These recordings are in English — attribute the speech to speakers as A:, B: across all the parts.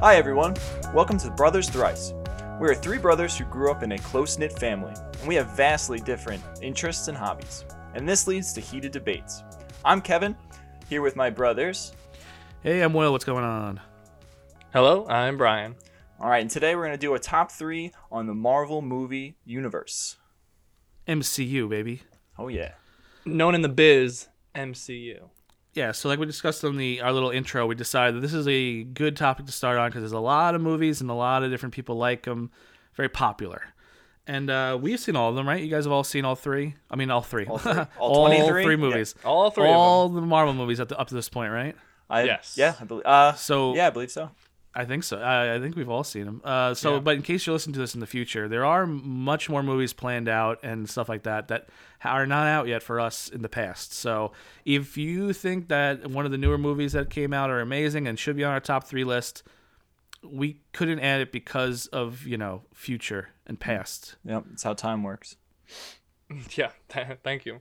A: Hi, everyone. Welcome to Brothers Thrice. We are three brothers who grew up in a close knit family, and we have vastly different interests and hobbies. And this leads to heated debates. I'm Kevin, here with my brothers.
B: Hey, I'm Will. What's going on?
C: Hello, I'm Brian.
A: All right, and today we're going to do a top three on the Marvel movie universe.
B: MCU, baby.
A: Oh, yeah.
C: Known in the biz, MCU.
B: Yeah, so like we discussed on the our little intro, we decided that this is a good topic to start on because there's a lot of movies and a lot of different people like them, very popular. And uh, we've seen all of them, right? You guys have all seen all three. I mean, all three, all,
A: three. All 23?
B: three
A: Yeah.
B: movies,
C: All three of
B: all the Marvel movies up to, up to this point, right?
A: I,
C: Yes.
A: Yeah, I believe. Uh,
B: So
A: yeah, I believe so.
B: I think so. I, I think we've all seen them. Uh, so,
C: Yeah.
B: but in case you're listening to this in the future, there are much more movies planned out and stuff like that that are not out yet for us in the past. So, if you think that one of the newer movies that came out are amazing and should be on our top three list, we couldn't add it because of you know future and past.
A: Yep, that's how time works.
C: Yeah, th- thank you.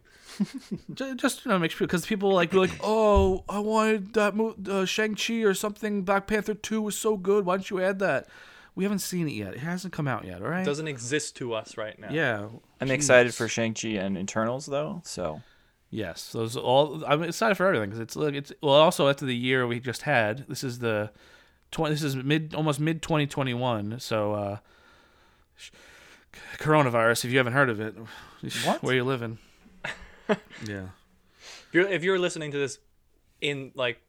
B: Ju- Just you know, make sure because people like be like, oh, I wanted that mo- uh, Shang Chi or something. Black Panther Two was so good. Why don't you add that? We haven't seen it yet. It hasn't come out yet. All right.
C: Doesn't exist to us right now.
B: Yeah.
A: I'm
B: Jeez.
A: excited for Shang-Chi and Internals, though, so.
B: Yes, those all. I'm excited for everything because it's like it's well. Also, after the year we just had, this is the twenty. This is mid almost mid 2021. So, uh, sh- coronavirus. If you haven't heard of it,
A: What?
B: where you living? yeah.
C: If you're, if you're listening to this in like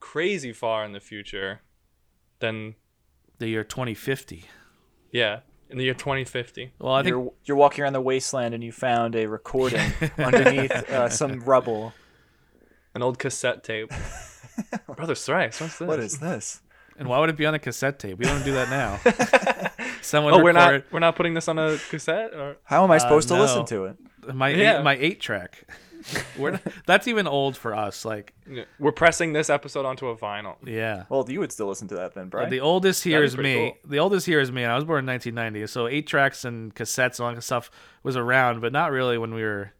C: crazy far in the future, then
B: The year 2050.
C: yeah, in the year 2050.
B: Well, I think
A: You're, you're walking around the wasteland and you found a recording underneath uh, some rubble.
C: An old cassette tape. Brother Thrice, what's this?
A: What is this?
B: And why would it be on a cassette tape? We don't do that now. Someone
C: Oh, we're not
B: record
C: we're not putting this on a cassette or
A: How am I supposed to
B: Uh, no.
A: listen to it?
B: my
C: Yeah.
B: eight, my eight track. we're not, that's even old for us. Like,
C: we're pressing this episode onto a vinyl.
B: yeah.
A: Well, you would still listen to that then, Brian.
B: The oldest here
C: That'd
B: is
C: be pretty
B: me. The oldest here is me, and I was born in 1990. So eight tracks and cassettes and all that stuff was around, but not really when we were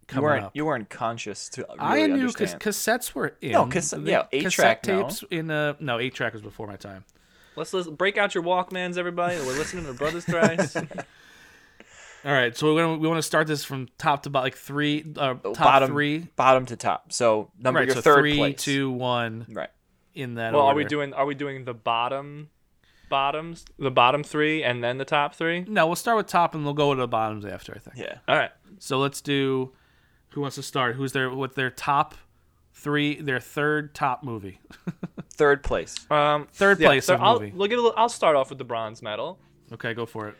A: you
B: coming
A: weren't
B: up.
A: you weren't conscious to really
B: I knew cas-
A: understand.
B: cassettes were in.
A: No, casse-
B: The
A: yeah, eight
B: cassette
A: track, no.
B: tapes in. Uh, no, eight track was before my time.
C: Let's listen, break out your Walkmans, everybody. We're listening to Brother Thrice.
B: All right, so we're gonna, we want to start this from top to bottom, like three uh, top
A: Oh, bottom
B: three.
A: bottom to top. So number
B: right,
A: your
B: so
A: third
B: three,
A: place.
B: two, one
A: Right.
B: in that.
C: Well, are we
B: order.
C: doing are we doing the bottom bottoms, the bottom 3 and then the top 3?
B: No, we'll start with top and we'll go to the bottoms after. I think.
A: Yeah.
C: All right.
B: So let's do. Who wants to start? Who's their what their top three? Their third top movie.
A: Third place.
C: Um
B: Third place
C: so
B: in
C: I'll
B: movie.
C: we'll get a little, I'll start off with the bronze medal.
B: Okay, go for it.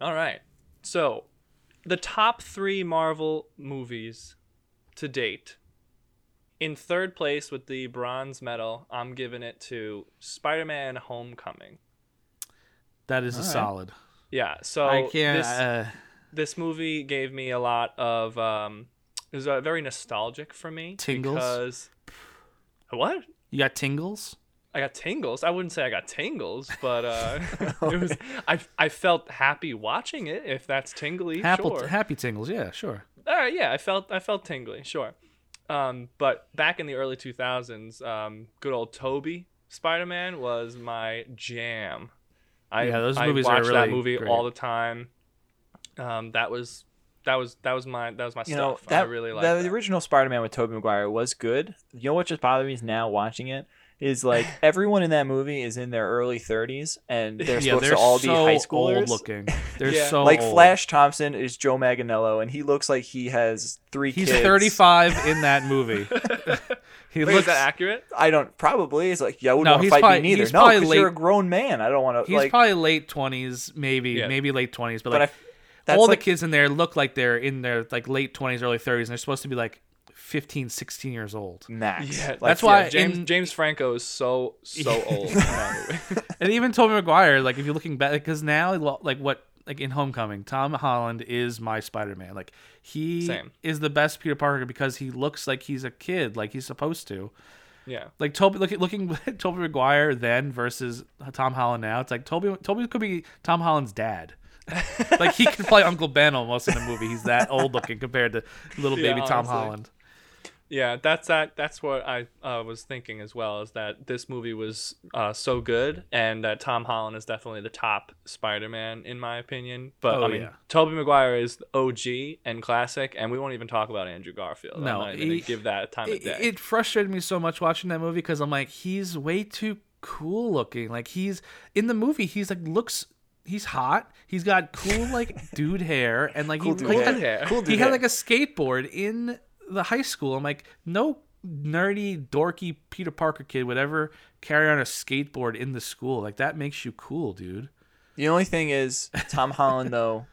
C: All right. So, the top 3 Marvel movies to date. In third place with the bronze medal, I'm giving it to Spider-Man Homecoming.
B: That is a
A: right.
B: solid.
C: Yeah, so
B: I can't.
C: this,
B: uh,
C: this movie gave me a lot of um it was uh, very nostalgic for me
B: Tingles?
C: because what
B: you got tingles.
C: i got tingles i wouldn't say i got tingles but uh it was I, I felt happy watching it if that's tingly
B: Apple,
C: sure
B: Happy tingles. Yeah, sure.
C: all right Uh, yeah i felt i felt tingly sure um but back in the early 2000s um good old toby spider-man was my jam i
B: Yeah, those
C: I
B: movies are
C: watched that
B: really
C: movie
B: great.
C: all the time um that was that was that was my that was my
A: You know
C: stuff
A: that
C: i really
A: the,
C: liked that.
A: the original Spider-Man with Tobey Maguire was good. You know what just bothered me is now watching it is like everyone in that movie is in their early 30s and they're
B: yeah,
A: supposed
B: they're
A: to all
B: so
A: be high
B: old
A: schoolers.
B: looking. They're
C: Yeah.
B: so
A: like
B: old.
A: Flash Thompson is Joe Manganiello, and he looks like he has three
B: He's
A: kids.
B: 35 in that movie. he
C: Wait,
B: looks.
C: is that accurate?
A: I don't probably. It's like yeah, I wouldn't
B: No,
A: want to
B: he's
A: fight
B: probably-
A: me neither.
B: he's
A: No,
B: probably
A: because you're a
B: late-
A: grown man. I don't want to
B: he's
A: like.
B: probably late 20s, maybe
C: Yeah.
B: maybe late 20s, but,
A: but
B: like
A: I, that's
B: all
A: like
B: the kids in there look like they're in their like late 20s, early 30s, and they're supposed to be like 15, 16 years old.
A: max.
C: Yeah,
A: Like,
B: that's why
C: James
B: in-
C: James Franco is so so old. in that movie.
B: And even Tobey Maguire, like if you're looking back, because now lo- like what like in Homecoming, Tom Holland is my Spider-Man. Like he
C: Same.
B: is the best Peter Parker because he looks like he's a kid, like he's supposed to.
C: yeah,
B: Like Toby, look, looking at Toby Maguire then versus Tom Holland now, it's like Toby Toby could be Tom Holland's dad. like he could play Uncle Ben almost in the movie. He's that old looking compared to little
C: Yeah,
B: baby Tom
C: honestly.
B: Holland.
C: Yeah, that's that. That's what I uh, was thinking as well. Is that this movie was uh, so good, and that Tom Holland is definitely the top Spider-Man in my opinion. But
B: Oh,
C: I mean,
B: yeah.
C: Tobey Maguire is OG and classic, and we won't even talk about Andrew Garfield.
B: No,
C: I'm not even
B: he-
C: gonna give that a time of
B: it,
C: day.
B: it frustrated me so much watching that movie because I'm like, he's way too cool looking. Like he's in the movie, he's like looks, he's hot. He's got cool like dude hair, and like
A: Cool
B: he
A: dude
B: like,
C: hair.
B: had-
C: hair.
A: Cool
B: he
A: dude
B: had
A: hair.
B: like a skateboard in the high school. I'm like, no nerdy, dorky Peter Parker kid would ever carry on a skateboard in the school. Like that makes you cool, dude.
A: The only thing is Tom Holland though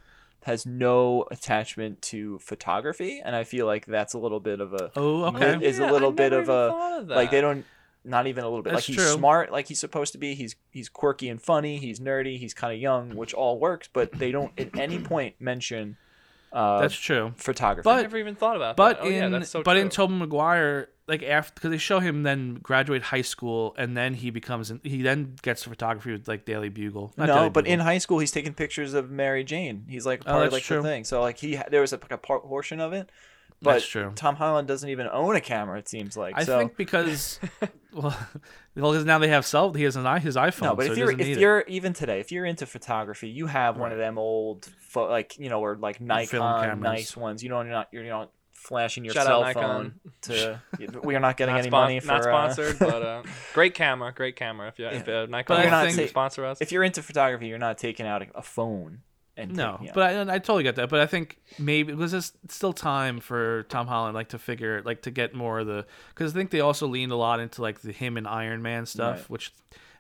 A: has no attachment to photography, and I feel like that's a little bit of a
B: Oh,
A: it
B: okay.
A: is a
C: Yeah,
A: little
C: I
A: bit
C: never
A: of
C: even
A: a
C: thought of
A: like they
C: that.
A: don't not even a little bit
B: That's
A: like he's
B: true.
A: smart like he's supposed to be he's he's quirky and funny he's nerdy he's kind of young which all works but they don't at any point mention uh
B: That's true.
A: photography
C: I
B: but-
C: never even thought about
B: But
C: that. Oh,
B: in
C: yeah, that's so
B: but in
C: true.
B: Tobey Maguire, like after because they show him then graduate high school and then he becomes he then gets photography with like Daily Bugle. Not
A: no
B: Daily
A: but in
B: Bugle.
A: high school he's taking pictures of mary jane he's like part of
B: that's
A: like
B: true.
A: the thing so like he ha- there was a, like, a part portion of it but
B: That's true.
A: tom holland doesn't even own a camera it seems like
B: I
A: so
B: think because well, well, 'cause now they have cell. He has an i his iPhone.
A: No, but
B: so
A: if
B: he
A: you're
B: doesn't need
A: if
B: it.
A: you're even today, if you're into photography, you have one of them old, pho- like you know, or like Nikon
B: cameras.
A: nice ones. You know, you're not you're not flashing your
C: Shout
A: cell
C: out
A: phone
C: Nikon.
A: to. we are not getting
C: not,
A: any
C: spon-
A: money for.
C: not
A: uh,
C: sponsored, but uh, great camera, great camera. If, you, if uh, Nikon
B: But I
C: wants
B: think-
C: to sponsor us,
A: if you're into photography, you're not taking out a, a phone. And
B: No,
A: taking- yeah.
B: but I, and I totally get that. But I think maybe it was just still time for Tom Holland like to figure like to get more of the because I think they also leaned a lot into like the him and Iron Man stuff,
A: Right.
B: which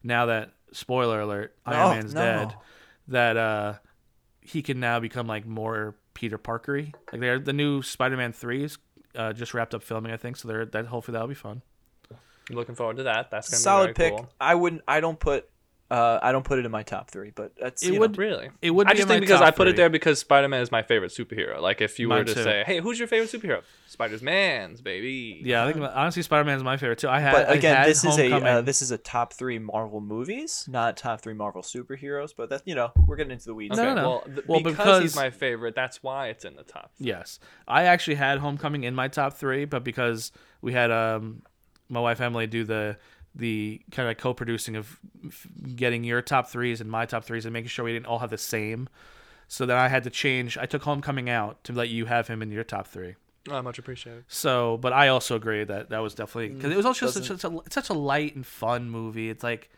B: now that spoiler alert,
A: No,
B: Iron Man's
A: no.
B: dead, that uh he can now become like more Peter Parkery. Like they're the new Spider-Man threes uh, just wrapped up filming, I think. So they're that hopefully that'll be fun.
C: I'm looking forward to that. That's gonna
A: solid
C: be very
A: pick.
C: Cool.
A: I wouldn't. I don't put. Uh, I don't put it in my top three, but that's
B: It
A: you
B: would
A: know,
C: Really?
B: It would
C: I
B: be
C: just
B: in
C: think
B: my
C: because
B: top
C: I put it
B: three.
C: there because Spider Man is my favorite superhero. Like if you were
B: Mine
C: to
B: too.
C: say, Hey, who's your favorite superhero? Spider Man's baby.
B: Yeah, I think honestly Spider-Man's my favorite too. I had
A: But
B: I
A: again,
B: had
A: this is a
B: Homecoming.
A: uh, this is a top three Marvel movies, not top three Marvel superheroes. But that's you know we're getting into the weeds.
B: No,
A: here.
B: no, no.
C: Well, th-
B: Well,
C: because,
B: because-
C: he's my favorite, that's why it's in the top.
B: Yes, I actually had Homecoming in my top three, but because we had um, my wife Emily do the the kind of co-producing of f- getting your top threes and my top threes and making sure we didn't all have the same, so then I had to change. I took Homecoming out to let you have him in your top three.
C: Oh, much appreciated.
B: So, but I also agree that that was definitely because it was also such, such a it's such a light and fun movie. It's like,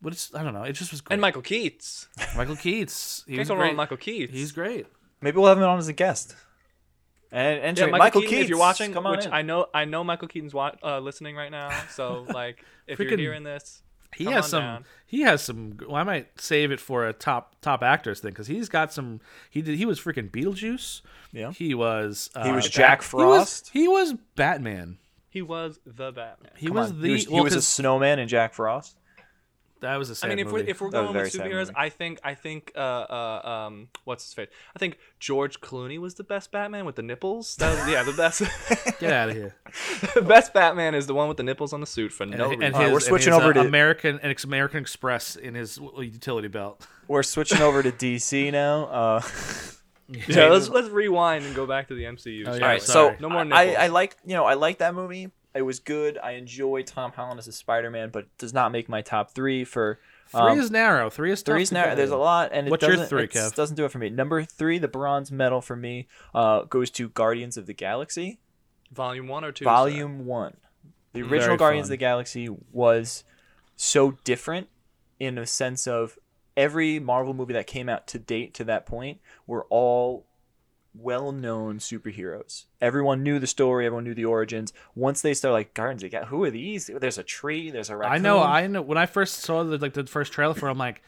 B: but it's I don't know. It just was great.
C: And Michael Keats.
B: Michael Keats, he
C: Can't
B: was
C: go wrong with
B: great.
C: Michael Keats.
B: He's great.
A: Maybe we'll have him on as a guest. And, and
C: yeah,
A: Michael,
C: Michael, Keaton.
A: Keaton,
C: If you're watching,
A: come on
C: which
A: in.
C: I know, I know Michael Keaton's wa- uh, listening right now. So like, if you're
B: Freaking-
C: hearing this,
B: He
C: come
B: has
C: on
B: some.
C: down.
B: He has some. Well, I might save it for a top top actors thing because he's got some. He did. He was freaking Beetlejuice.
A: Yeah.
B: He was. Uh,
A: he was Jack
B: he was.
A: Frost.
B: He was Batman.
C: He was the Batman.
B: He
A: Come
B: was
A: on.
B: the.
A: he was, he
B: well,
A: was a
B: 'cause
A: snowman in Jack Frost.
B: that was a
C: I
B: sad
C: mean, if
B: movie.
C: we're if we're
A: That was
C: going with
A: a very sad
C: superheroes,
A: movie.
C: I think I think uh, uh um what's his face? I think George Clooney was the best Batman with the nipples. That was, yeah, the best
B: Get out of here.
C: the best Batman is the one with the nipples on the suit for no
B: and,
C: reason.
B: and
A: All right,
B: his,
A: we're
B: and
A: switching
B: his,
A: over to-
B: uh, American and ex- American Express in his w- utility belt.
A: We're switching over to DC now. Uh,
C: yeah, let's let's rewind and go back to the MCU.
B: Oh, yeah.
A: all right,
B: sorry.
A: so
C: No more
A: I,
C: nipples.
A: I like you know I like that movie. It was good. I enjoy Tom Holland as a Spider-Man, but does not make my top three for
B: Three
A: um,
B: is narrow. Three is tough
A: Three's
B: to
A: now
B: get
A: there's a
B: in.
A: lot, and it
B: What's your
A: doesn't,
B: three,
A: it's-
B: Kev?
A: doesn't do it for me. Number three, the bronze medal for me uh, goes to Guardians of the Galaxy,
C: Volume one or two.
A: Volume One. The
B: Very
A: original Guardians of
B: fun.
A: the Galaxy was so different in a sense of every Marvel movie that came out to date to that point were all well-known superheroes. Everyone knew the story. Everyone knew the origins. Once they start like Guardians of the Galaxy, who are these? There's a tree. There's a raccoon.
B: I know. I know. When I first saw the like the first trailer for, it, I'm like,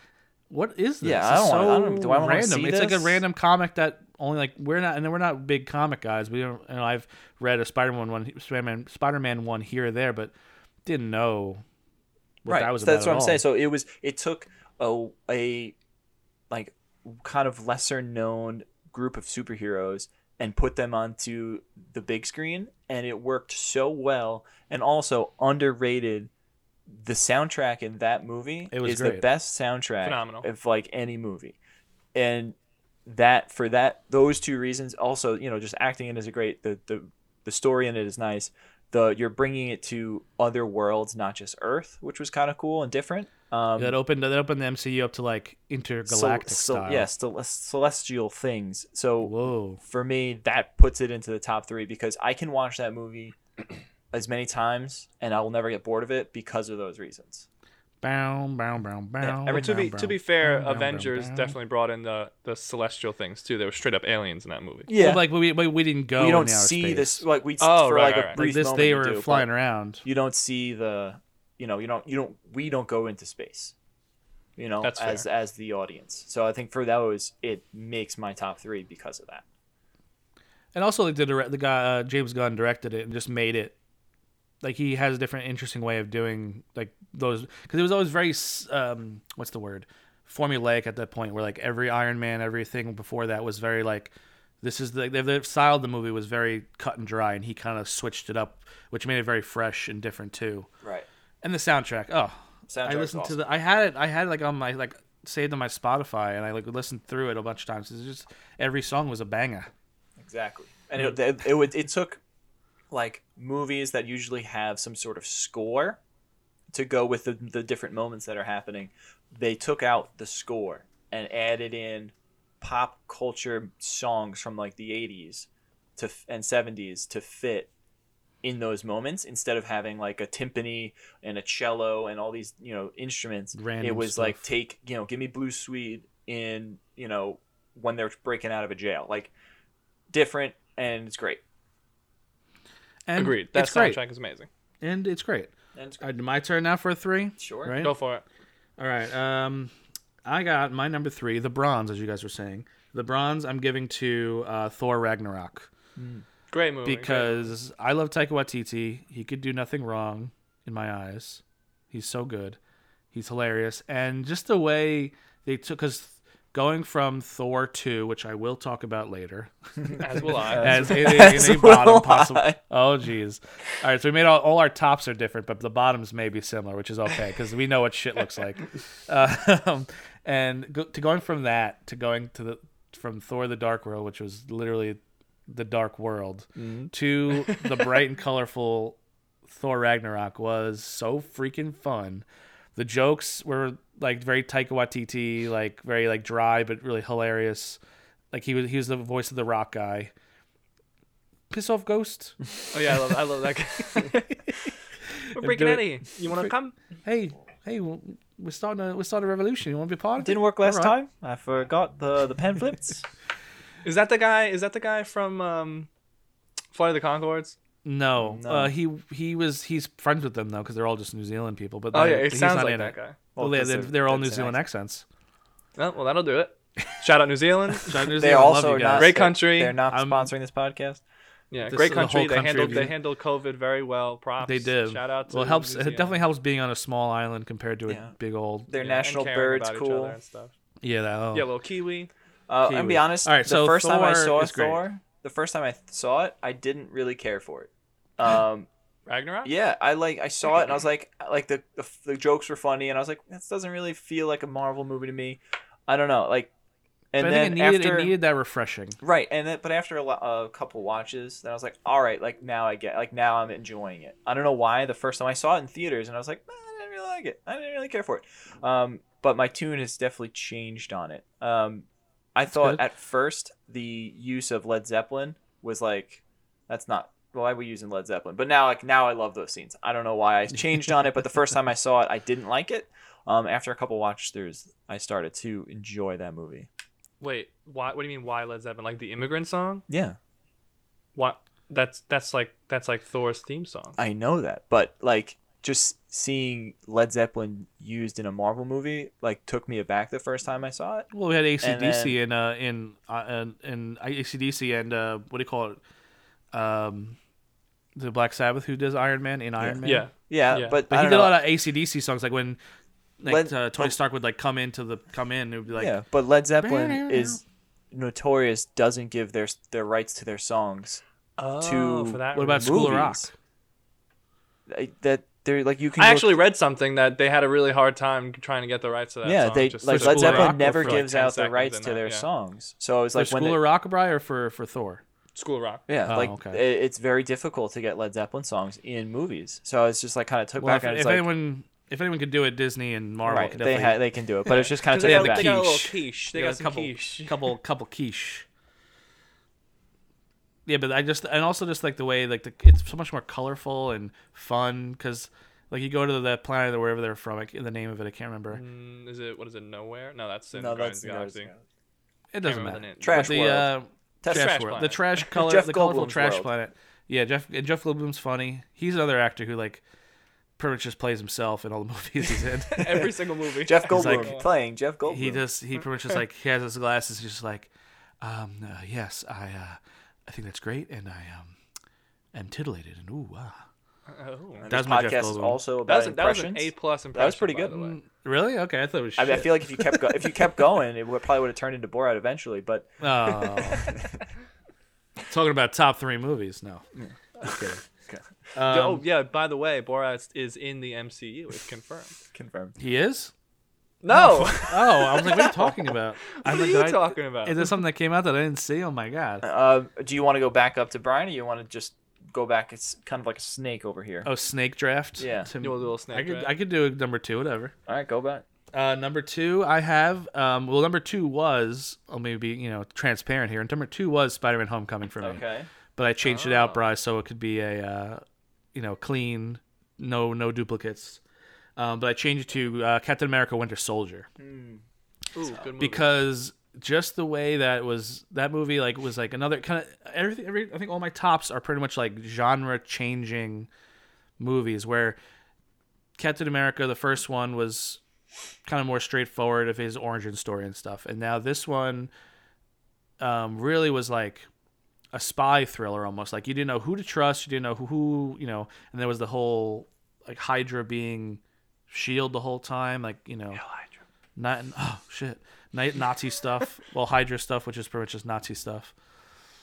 B: "What is this?
A: Yeah, I
B: It's
A: don't wanna- I
B: so
A: don't- do I wanna
B: random.
A: see
B: it's like
A: this?
B: a random comic that only like we're not, and we're not big comic guys. We don't. You know, I've read a Spider-Man one, Spider-Man, Spider-Man one here or there, but didn't know what that was.
A: so that's what
B: about at
A: I'm
B: all.
A: saying. So it was it took a a like kind of lesser known group of superheroes and put them onto the big screen and it worked so well and also underrated the soundtrack in that movie
B: It was
A: is the
B: great.
A: best soundtrack
C: Phenomenal.
A: of like any movie and that for that those two reasons also you know just acting in is a great the the the story in it is nice the you're bringing it to other worlds, not just Earth, which was kind of cool and different. Um,
B: that opened that opened the MCU up to like intergalactic
A: so,
B: style.
A: Yeah, cel- celestial things. So
B: Whoa.
A: for me, that puts it into the top three because I can watch that movie as many times and I will never get bored of it because of those reasons.
B: Bow, bow, bow, bow.
A: every-
C: to be
B: bow,
C: to be
B: bow,
C: fair,
B: bow, bow, bow,
C: Avengers
B: bow.
C: definitely brought in the the celestial things too. They were straight up aliens in that movie.
A: Yeah,
B: Well, like we, we we didn't go.
A: we don't
B: Oh, in outer
A: see
B: space.
A: this like we
C: Oh,
A: for
C: right,
A: like
C: right,
A: a
C: right.
A: brief
B: Like this,
A: moment
B: they
A: you
B: were
A: do, but
B: flying around.
A: You don't see the, you know, you don't you don't we don't go into space, you know,
C: That's
A: as as the audience. So I think for those it makes my top three because of that.
B: And also, like the direct, the guy uh, James Gunn directed it and just made it. Like he has a different, interesting way of doing like those because it was always very s- um, what's the word formulaic at that point where like every Iron Man, everything before that was very like this is the the, the style of the movie was very cut and dry, and he kind of switched it up, which made it very fresh and different too.
A: Right.
B: And the soundtrack, oh,
A: Soundtrack's
B: I listened
A: awesome.
B: to the I had it I had it like on my like saved on my Spotify, and I like listened through it a bunch of times. It's just every song was a banger.
A: Exactly. And it, it, it would it took like movies that usually have some sort of score to go with the, the different moments that are happening. They took out the score and added in pop culture songs from like the 80s to f- and 70s to fit in those moments instead of having like a timpani and a cello and all these you know instruments
B: Random
A: it was
B: stuff.
A: like take you know give me blue swede in you know when they're breaking out of a jail like different and it's great
B: And
C: Agreed. That
B: it's great.
C: soundtrack is amazing.
B: and it's great.
A: and it's great.
B: All right, my turn now for a three.
A: sure
B: Right.
C: Go for it.
B: All right. Um, I got my number three, the bronze, as you guys were saying. The bronze I'm giving to uh, Thor Ragnarok
C: Great movie. great
B: because I love Taika Waititi. He could do nothing wrong in my eyes. He's so good. He's hilarious, and just the way they took us going from Thor two, which I will talk about later,
C: movie. as will I.
B: as in a, in a bottom
A: will
B: possible.
A: I.
B: Oh, jeez. All right, so we made all, all our tops are different, but the bottoms may be similar, which is okay because we know what shit looks like. Um, and go, to going from that to going to the from Thor: The Dark World, which was literally the Dark World, to the bright and colorful Thor Ragnarok was so freaking fun. The jokes were like very Taika Waititi, like very like dry but really hilarious. Like he was he was the voice of the rock guy. Piss off, ghost.
C: Oh yeah, I love I love that. Guy. We're breaking
B: do it.
C: out of here. You want to come?
B: hey, hey, w- we're starting a we're starting a revolution. You want to be a part of
A: didn't
B: it?
A: work last
B: All right.
A: time i forgot the the pen flips
C: Is that the guy? Is that the guy from um, Flight of the Concords?
B: No,
A: No.
B: Uh, he he was he's friends with them though because they're all just New Zealand people. But
C: Oh yeah,
B: they're-
C: it
B: he's
C: sounds
B: not
C: like
B: in
C: that
B: it.
C: guy.
B: Well,
A: Well,
B: they-
A: 'cause
B: they're,
A: of-
B: they're all
A: that's
B: New
A: an
B: Zealand accents.
C: Oh, well, that'll do it. Shout out New Zealand.
B: Shout out New
A: they're
B: Zealand, love
A: also
B: you
A: not
B: guys.
C: Great country.
A: they're not
B: I'm-
A: sponsoring this podcast
C: Yeah,
B: This
C: great
B: is the
C: country.
B: whole
C: They
B: country
C: handled
B: of
C: they
B: you-
C: handled COVID very well. Props.
B: They did.
C: Shout out to
B: well, it helps.
C: New
B: It
C: Zealand.
B: definitely helps being on a small island compared to
A: Yeah.
B: a big old.
A: their
C: Yeah, and
A: national
C: caring
A: bird's
C: about each
A: cool
C: other and stuff.
B: Yeah, that, oh.
C: Yeah, little kiwi.
A: Uh,
B: Kiwi.
A: and be honest,
B: All right,
A: the
B: so
A: first time I
B: Thor
A: saw
B: is great.
A: Thor, the first time I th- saw it, I didn't really care for it. Um,
C: Ragnarok.
A: yeah, I like I saw it and I was like, like the, the the jokes were funny and I was like, this doesn't really feel like a Marvel movie to me. I don't know, like,
B: But
A: and
B: I
A: then
B: think it needed
A: after
B: it needed that refreshing.
A: right, and then, but after a, lo- a couple watches, then I was like, all right, like now I get, like now I'm enjoying it. I don't know why the first time I saw it in theaters and I was like, "Eh, I didn't really like it. I didn't really care for it. Um, but my tune has definitely changed on it. Um, I thought
B: good.
A: at first the use of Led Zeppelin was like, that's not why we using Led Zeppelin. But now, like now, I love those scenes. I don't know why I changed on it, but the first time I saw it, I didn't like it. Um, after a couple watch throughs, I started to enjoy that movie.
C: Wait, why? What do you mean? Why Led Zeppelin? Like the immigrant song?
A: Yeah,
C: What? That's that's like that's like Thor's theme song.
A: I know that, but like just seeing Led Zeppelin used in a Marvel movie like took me aback the first time I saw it.
B: Well, we had
A: And
B: ACDC and uh, in uh, and and ACDC and uh, what do you call it? Um, the Black Sabbath who does Iron Man in Iron Man.
C: Yeah.
A: Yeah,
C: Yeah.
A: but,
B: But
A: I
B: he
A: don't
B: did
A: know.
B: a lot of ACDC songs, like when like
A: Led-
B: uh, Tony Stark would like come into the come in, it would be like
A: yeah, but Led Zeppelin is notorious doesn't give their their rights to their songs.
C: Oh, for that.
B: What about
C: reason.
B: School of Rock?
A: movies. I- That they're like you can.
C: I
A: look-
C: actually read something that they had a really hard time trying to get the rights to that.
A: yeah,
C: song,
A: they
C: just
A: like
C: to
B: School
A: Led
B: of
C: play
A: Zeppelin
B: Rock or
A: never
B: for like
A: gives
C: 10
A: out the
C: seconds
A: rights
C: in
A: to
C: that,
A: their
C: yeah.
A: songs. So it's
B: for
A: like when
B: School
A: they-
B: of Rock, Bri, or for for Thor.
C: School of Rock.
A: Yeah,
B: Oh,
A: like
B: okay.
A: it, it's very difficult to get Led Zeppelin songs in movies. So it's just like kind of took
B: Well,
A: back
B: if,
A: and
B: if
A: it's like
B: anyone if anyone could do it, Disney and Marvel
A: right,
B: could
A: they
B: definitely.
A: ha- they can do it, but it's just kind of
C: 'Cause
A: took
C: they,
B: have
A: it
C: got,
B: the
A: back.
C: they got a little
B: quiche.
C: quiche. They
B: got
C: got
B: a
C: some
B: couple,
C: quiche.
B: couple couple quiche. Yeah, but I just and also just like the way like the it's so much more colorful and fun because like you go to the planet or wherever they're from. Like, the name of it, I can't
A: Mm-hmm.
B: remember.
C: Mm, is it what is it? Nowhere? No, that's in
A: No,
C: Guardians
A: that's
C: of the Galaxy.
B: It
C: Can't
B: doesn't
C: remember the
B: matter.
C: name.
A: Trash
B: the
A: world.
B: uh,
A: Test-
B: trash,
C: Trash
B: world, the
C: planet.
B: trash color,
A: Jeff
B: the colorful
A: Goldblum's
B: trash
A: world.
B: planet. Yeah, Jeff and Jeff Goldblum's funny. He's another actor who like pretty much just plays himself in all the movies he's in.
C: Every single movie.
A: Jeff
B: He's
A: Goldblum
B: like-
A: playing Jeff Goldblum.
B: he just he pretty much just like he has his glasses. He's just like, um, uh, yes, I uh, I think that's great, and I um, am titillated, and ooh, ah. wow.
C: Oh.
A: And
B: that
A: this
B: was my Jeff
A: podcast is
B: Goldblum.
A: also
C: That
A: about
C: was, a- that was an
A: impressions.
C: A plus impression.
A: pretty
C: by
A: good. Mm,
C: the way.
B: Mm. Really? Okay, I thought it was.
A: I,
B: Shit.
A: mean, I feel like if you kept go- if you kept going, it would, probably would have turned into Borat eventually. But
B: oh. talking about top three movies. No, Just kidding. Um,
C: oh yeah. By the way, Borat is in the MCU. It's confirmed.
A: confirmed.
B: he is.
C: No.
B: Oh, I was like, what are you talking about? I'm
C: what are
B: like,
C: you
B: did I-
C: talking about?
B: Is there something that came out that I didn't see? Oh my god.
A: Uh, do you want to go back up to Brian, or you want to just go back? It's kind of like a snake over here.
B: Oh, Snake Draft.
A: Yeah.
B: To-
C: Do a little Snake
B: I could
C: Draft.
B: I could do a number two, whatever.
A: All right, go back.
B: Uh, number two, I have. Um, well, number two was. I'll maybe be you know transparent here. And number two was Spider-Man: Homecoming for me.
A: Okay.
B: But I changed it
C: Oh.
B: out, Bryce, so it could be a, uh, you know, clean, no no duplicates. Um, but I changed it to uh, Captain America: Winter Soldier
C: Ooh, good movie.
B: because just the way that was that movie like was like another kind of everything every I think all my tops are pretty much like genre changing movies where Captain America the first one was kind of more straightforward of his origin story and stuff and now this one um, really was like a spy thriller almost like you didn't know who to trust you didn't know who, who you know and there was the whole like Hydra being shield E the whole time like you know not oh shit, Na- Nazi stuff. well, Hydra stuff, which is pretty much just Nazi stuff.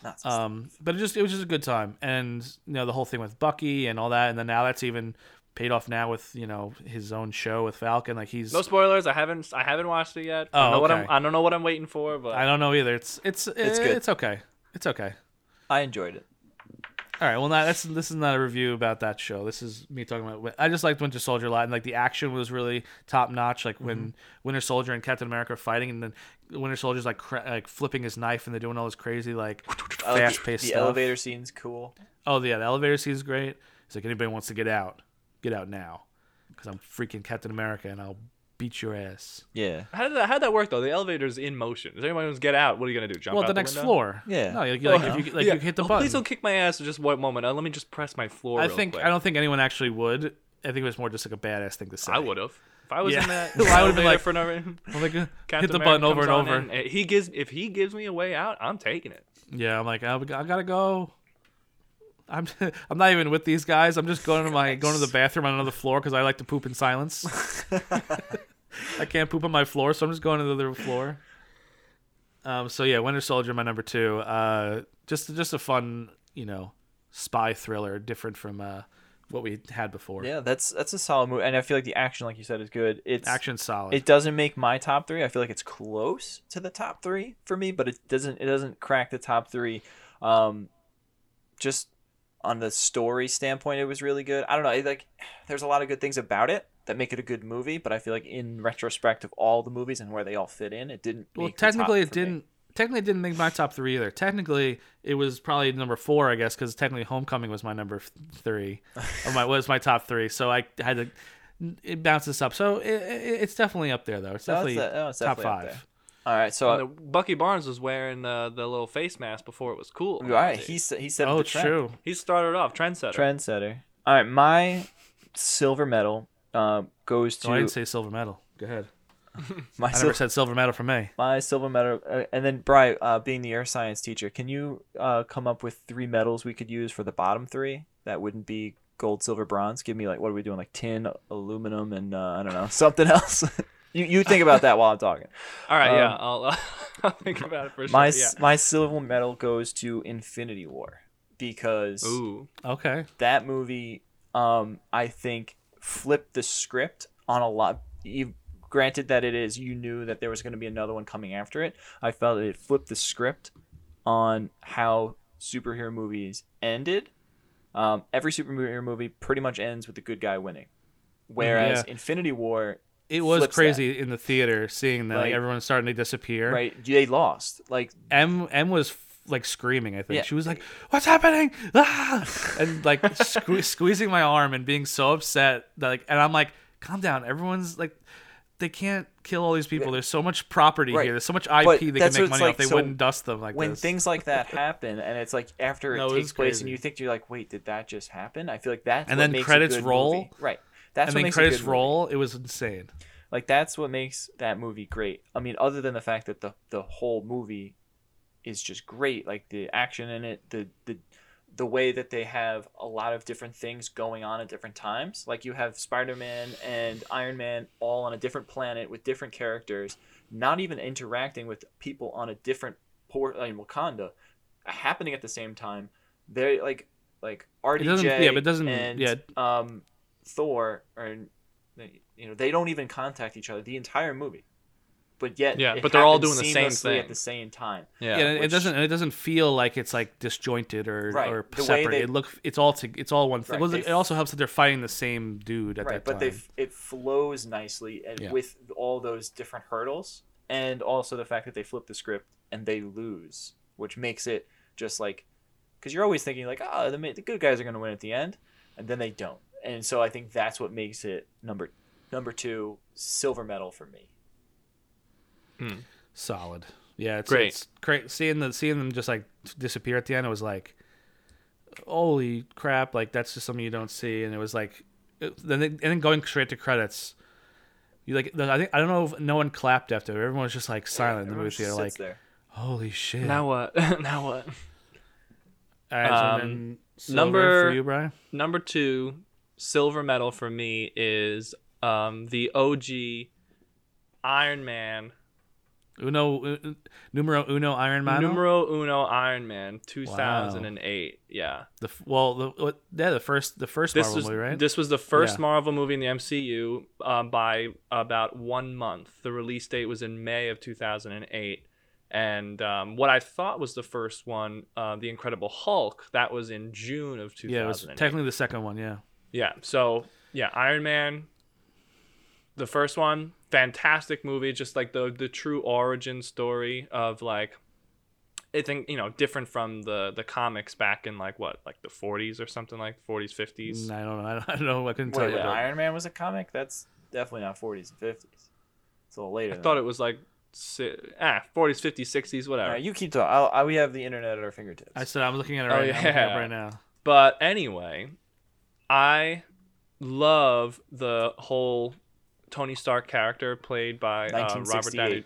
A: Not so
B: Um, but it just it was just a good time, and you know the whole thing with Bucky and all that, and then now that's even paid off now with you know his own show with Falcon. Like he's
C: no spoilers. I haven't. I haven't watched it yet. I
B: Oh,
C: don't know what
B: okay.
C: I'm, I don't know what I'm waiting for, but
B: I don't know either. It's it's it's
A: good.
B: It's okay. It's okay.
A: I enjoyed it.
B: All right. Well, not, that's this is not a review about that show. This is me talking about. I just liked Winter Soldier a lot, and like the action was really top notch. Like when
C: Mm-hmm.
B: Winter Soldier and Captain America are fighting, and then Winter Soldier's like cra- like flipping his knife, and they're doing all this crazy like
A: I liked
B: fast paced
A: The
B: stuff.
A: elevator scene's cool.
B: Oh yeah, the elevator scene's great. It's like anybody wants to get out, get out now, because I'm freaking Captain America, and I'll beat your ass.
A: Yeah.
C: How did that, how did that work though? The elevator's in motion. Does anyone who's get out? What are you gonna do? Jump
B: well,
C: out
B: the next
C: window?
B: floor.
A: Yeah.
B: No, like, like, if you like
C: Yeah.
B: you hit the
C: Oh,
B: button.
C: Please don't kick my ass for just one moment. Uh, let me just press my floor.
B: I
C: real
B: think
C: quick.
B: I don't think anyone actually would. I think it was more just like a badass thing to say.
C: I would have. If I was
B: Yeah.
C: in that,
B: I would've been
C: elevator
B: like,
C: for no reason.
B: I'm like, uh, hit
C: Captain
B: the
C: America
B: button over and
C: comes
B: over.
C: on in, He gives if he gives me a way out, I'm taking it.
B: Yeah, I'm like, I, I gotta go. I'm I'm not even with these guys. I'm just going to my going to the bathroom on another floor because I like to poop in silence. I can't poop on my floor, so I'm just going to the other floor. Um. So yeah, Winter Soldier, my number two. Uh, just just a fun, you know, spy thriller, different from uh, what we had before.
A: Yeah, that's that's a solid movie, and I feel like the action, like you said, is good. It's
B: Action solid.
A: It doesn't make my top three. I feel like it's close to the top three for me, but it doesn't. It doesn't crack the top three. Um, just on the story standpoint, it was really good. I don't know. it, Like, there's a lot of good things about it that make it a good movie, but I feel like in retrospect of all the movies and where they all fit in, it didn't.
B: Well,
A: make the top
B: technically, it
A: for me.
B: didn't. Technically, it didn't make my top three either. Technically, it was probably number four, I guess, because technically, Homecoming was my number f- three, or my was my top three. So I had to it bounce this up. So it, it, it's definitely up there, though. It's
A: No, it's
B: definitely
A: de- no, it's
B: top
A: definitely up
B: five.
A: All right, so.
C: And the, Bucky Barnes was wearing uh, the little face mask before it was cool.
A: all right, he s- he said
B: Oh,
A: the
B: it's
A: trend.
B: true.
C: he started off trendsetter.
A: Trendsetter. All right, my silver medal uh, goes to
B: No, Oh, I didn't say silver medal. Go ahead.
A: my
B: I
A: sil-
B: never said silver medal for me.
A: my silver medal, uh, and then Bry, uh, being the air science teacher, can you uh, come up with three medals we could use for the bottom three? That wouldn't be gold, silver, bronze. Give me like what are we doing? Like tin, aluminum, and uh, I don't know something else. you you think about that while I'm talking.
C: All right, yeah,
A: Um,
C: I'll, uh, I'll think about it for
A: My
C: sure.
A: s my silver medal goes to Infinity War because
C: Yeah. Ooh,
B: Okay.
A: that movie um i think flipped the script on a lot you granted that it is you knew that there was going to be another one coming after it i felt it flipped the script on how superhero movies ended, um, every superhero movie pretty much ends with the good guy winning. Whereas
B: Mm, Yeah.
A: Infinity War,
B: It was
A: flips
B: crazy in the theater seeing that like,
A: Right.
B: everyone's starting to disappear.
A: right? They lost. Like
B: M M was f- like screaming. I think
A: Yeah.
B: she was like, "What's happening?" Ah! and like sque- squeezing my arm and being so upset. That, like, and I'm like, "Calm down, everyone's like." They can't kill all these people. There's so much property
A: Right.
B: here. There's so much IP
A: But
B: they can
A: that's what
B: make
A: it's
B: money
A: like,
B: off. They
A: so
B: wouldn't dust them like
A: when
B: this.
A: things like that happen, and it's like after it
B: No, it
A: takes
B: was
A: place, and
B: crazy.
A: you think you're like, wait, did that just happen? I feel like that's
B: And
A: what
B: then
A: makes a
B: credits
A: good
B: roll.
A: movie. right? That's what
B: and then
A: makes a
B: credits
A: good movie.
B: roll. It was insane.
A: Like that's what makes that movie great. I mean, other than the fact that the the whole movie is just great, like the action in it, the the the way that they have a lot of different things going on at different times. Like you have Spider-Man and Iron Man all on a different planet with different characters, not even interacting with people on a different port in Wakanda, happening at the same time. They're like like RDJ
B: doesn't- yeah, but it doesn't-
A: and
B: yeah.
A: um Thor or you know they don't even contact each other the entire movie, but yet
C: Yeah,
A: it
C: but they're all
A: happens
C: doing the same
A: seamlessly at
C: thing.
A: the same time.
C: Yeah.
B: yeah, and it
A: which-
B: doesn't. And it doesn't feel like it's like disjointed or
A: Right.
B: or
A: The way
B: separate.
A: they-
B: it look. It's all. To, it's all one thing.
A: Right,
B: Well,
A: they
B: it
A: f-
B: also helps that they're fighting the same dude at
A: right
B: that time.
A: but they f- it flows nicely and
B: Yeah.
A: with all those different hurdles and also the fact that they flip the script and they lose which makes it just like because you're always thinking like ah the, ma- the good guys are going to win at the end and then they don't and so i think that's what makes it number number two silver medal for me
B: solid. Yeah, it's
C: Great.
B: It's great seeing the seeing them just like disappear at the end. It was like, holy crap! Like that's just something you don't see. And it was like, it- then they, and then going straight to credits. You like I think I don't know if no one clapped after. Everyone was just like silent in the
A: Everyone
B: movie
A: just
B: theater. Like
A: sits there.
B: holy shit!
C: Now what? now what?
B: All right, so
C: um,
B: then silver
C: number-
B: for you, Brian.
C: Number two, silver medal for me is um, the OG Iron Man,
B: Uno, u- numero uno, Iron Man.
C: numero uno Iron Man, 2008. Yeah,
B: The f- well, the what- yeah, the first, the first
C: this
B: Marvel
C: was
B: movie, right?
C: this was the first
B: Yeah.
C: Marvel movie in the MCU um, by about one month. The release date was in May of 2008. And um, what I thought was the first one, uh, The Incredible Hulk, that was in June of 2008.
B: yeah, it was technically the second one. Yeah,
C: Yeah. So yeah, Iron Man, the first one, fantastic movie. Just like the the true origin story of like, I think you know different from the the comics back in like what like the 40s or something like 40s 50s.
B: Mm, I don't know. I don't, I don't know. I couldn't tell
A: wait,
B: you.
A: when
B: but-
A: iron man was a comic that's definitely not 40s and 50s it's a little later
C: I thought it was like si- ah 40s 50s 60s whatever.
A: you keep talking I'll, I, we have the internet at our fingertips
B: I said I'm looking at it
C: Oh,
B: right, now. I'm looking it up
C: yeah.
B: right now.
C: But anyway, I love the whole Tony Stark character played by uh, Robert
A: 1968.
C: Downey.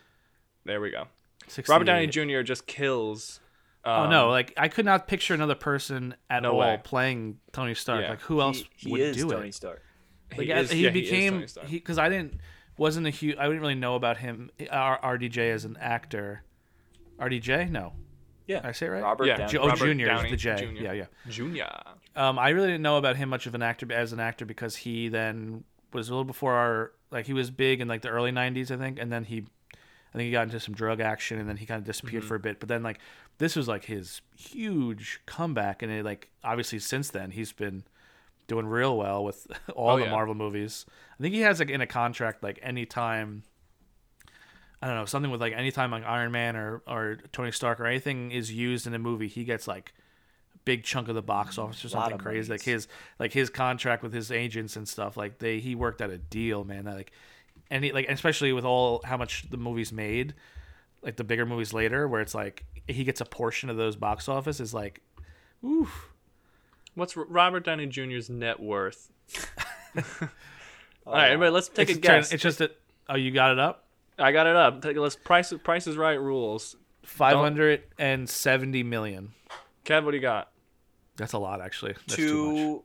C: There we go.
B: 68.
C: Robert Downey Jr. just kills.
B: oh
C: um,
B: no! Like I could not picture another person at
C: No
B: all
C: way.
B: playing Tony Stark.
C: Yeah.
B: Like who else
A: he, he
B: would
A: is
B: do
A: tony
B: it?
A: stark
C: he
B: Like
C: is-
B: as, he
C: yeah, is
B: became
C: Tony Stark.
B: because I didn't wasn't a huge. I didn't really know about him. R- RDJ as an actor. RDJ? No,
A: yeah
B: I say it right.
A: robert
C: Yeah,
A: Downey.
B: J- oh,
C: Robert
B: Junior is
C: Downey
B: the J.
C: Jr..
B: Yeah, yeah.
C: Junior.
B: Um, I really didn't know about him much of an actor as an actor because he then was a little before our like he was big in like the early '90s, I think, and then he, I think he got into some drug action and then he kind of disappeared
C: Mm-hmm.
B: for a bit. But then like this was like his huge comeback, and it like obviously since then he's been doing real well with all
C: Oh,
B: the
C: yeah.
B: Marvel movies. I think he has like in a contract like anytime. I don't know something with like anytime like Iron Man or or Tony Stark or anything is used in a movie, he gets like big chunk of the box office or
A: Mm, Lot
B: something
A: of
B: crazy like
A: monies.
B: his like his contract with his agents and stuff like they he worked out a deal man that like and he, like especially with all how much the movies made like the bigger movies later where it's like he gets a portion of those box office is like oof
C: What's R- Robert Downey Jr.'s net worth?
A: Oh,
C: All right, everybody, let's take
B: it's,
C: a guess.
B: turn- it's just that oh you got it up
C: I got it up. Take, let's price Price is Right rules.
B: 570 million
C: Kev, what do you got?
B: that's a lot actually that's too much.
A: two,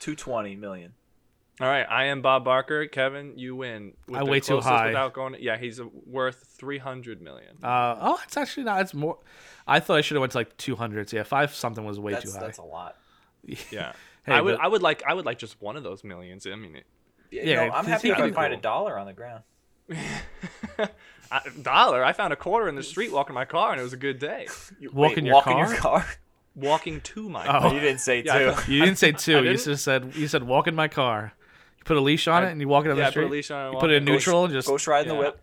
A: two twenty million.
C: All right, I am Bob Barker. Kevin, you win. With
B: I
C: the
B: way too
C: closest
B: high.
C: Without going, yeah, he's uh, worth three hundred million.
B: uh, oh it's actually not it's more I thought I should have went to like 200 so yeah 5 something was way
A: That's
B: too high
A: that's a lot.
C: yeah,
B: Hey,
C: I would,
B: but-
C: I would like, I would like just one of those millions. I mean, it,
A: Yeah,
B: it-
A: I'm
B: it
A: happy
B: seems
A: if I
B: pretty
A: find a
B: cool.
A: dollar on the ground.
C: I, dollar. I found a quarter in the street walking my car, and it was a good day.
A: You,
B: Walk in your
A: walk in
B: car?
A: your car?
C: walking to my
B: Oh.
C: car.
A: You didn't say
C: Yeah, I
A: two.
C: thought-
B: You didn't say two. You
C: didn't?
B: just said you said walk in my car. You put a leash on
C: I-
B: it and you walk it on
C: yeah,
B: the
C: I put
B: street.
C: a leash on. And
B: you
C: walk
B: put it in
C: in.
B: neutral and just
A: Ghost riding the
C: Yeah.
A: whip.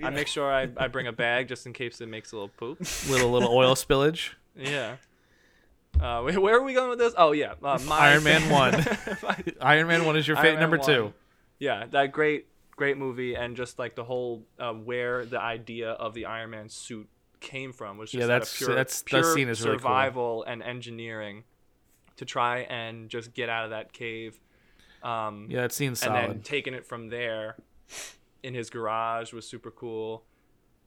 C: I make sure I, I bring a bag just in case it makes a little poop.
B: little little oil spillage.
C: Yeah. Uh, wait, where are we going with this? Oh yeah, uh, my
B: Iron Man one.
C: My-
B: Iron Man one is your
C: Iron
B: fate
C: Man
B: number
C: 1.
B: two.
C: yeah, that great, great movie, and just like the whole uh, where the idea of the Iron Man suit came from was just
B: Yeah,
C: out of
B: that's-
C: pure,
B: that's- that
C: pure
B: scene is really cool.
C: survival and engineering to try and just get out of that cave. Um,
B: Yeah, that scene's
C: and
B: solid.
C: then taking it from there in his garage was super cool.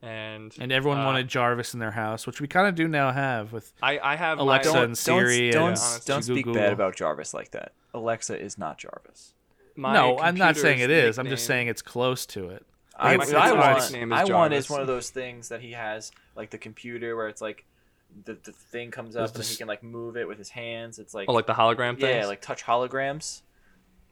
C: And
B: and everyone
C: uh,
B: wanted Jarvis in their house, which we kind of do now have with
C: I, I have my-
B: Alexa
A: Don't-
B: and Siri.
A: don't
B: and
A: don't, don't
B: Google.
A: speak bad about Jarvis like that. Alexa is not Jarvis.
C: my
B: no, I'm not saying it
C: computer's
B: is. I'm just
C: nickname-
B: saying it's close to it.
A: I,
B: Like,
A: what I
B: it's-
A: want,
B: it's-
C: name is
A: I want is
C: Jarvis.
A: one of those things that he has, like the computer where it's like the, the thing comes up
B: It's
A: and he
B: just-
A: can like move it with his hands. It's like,
C: Oh, like the hologram thing.
A: yeah, like touch holograms.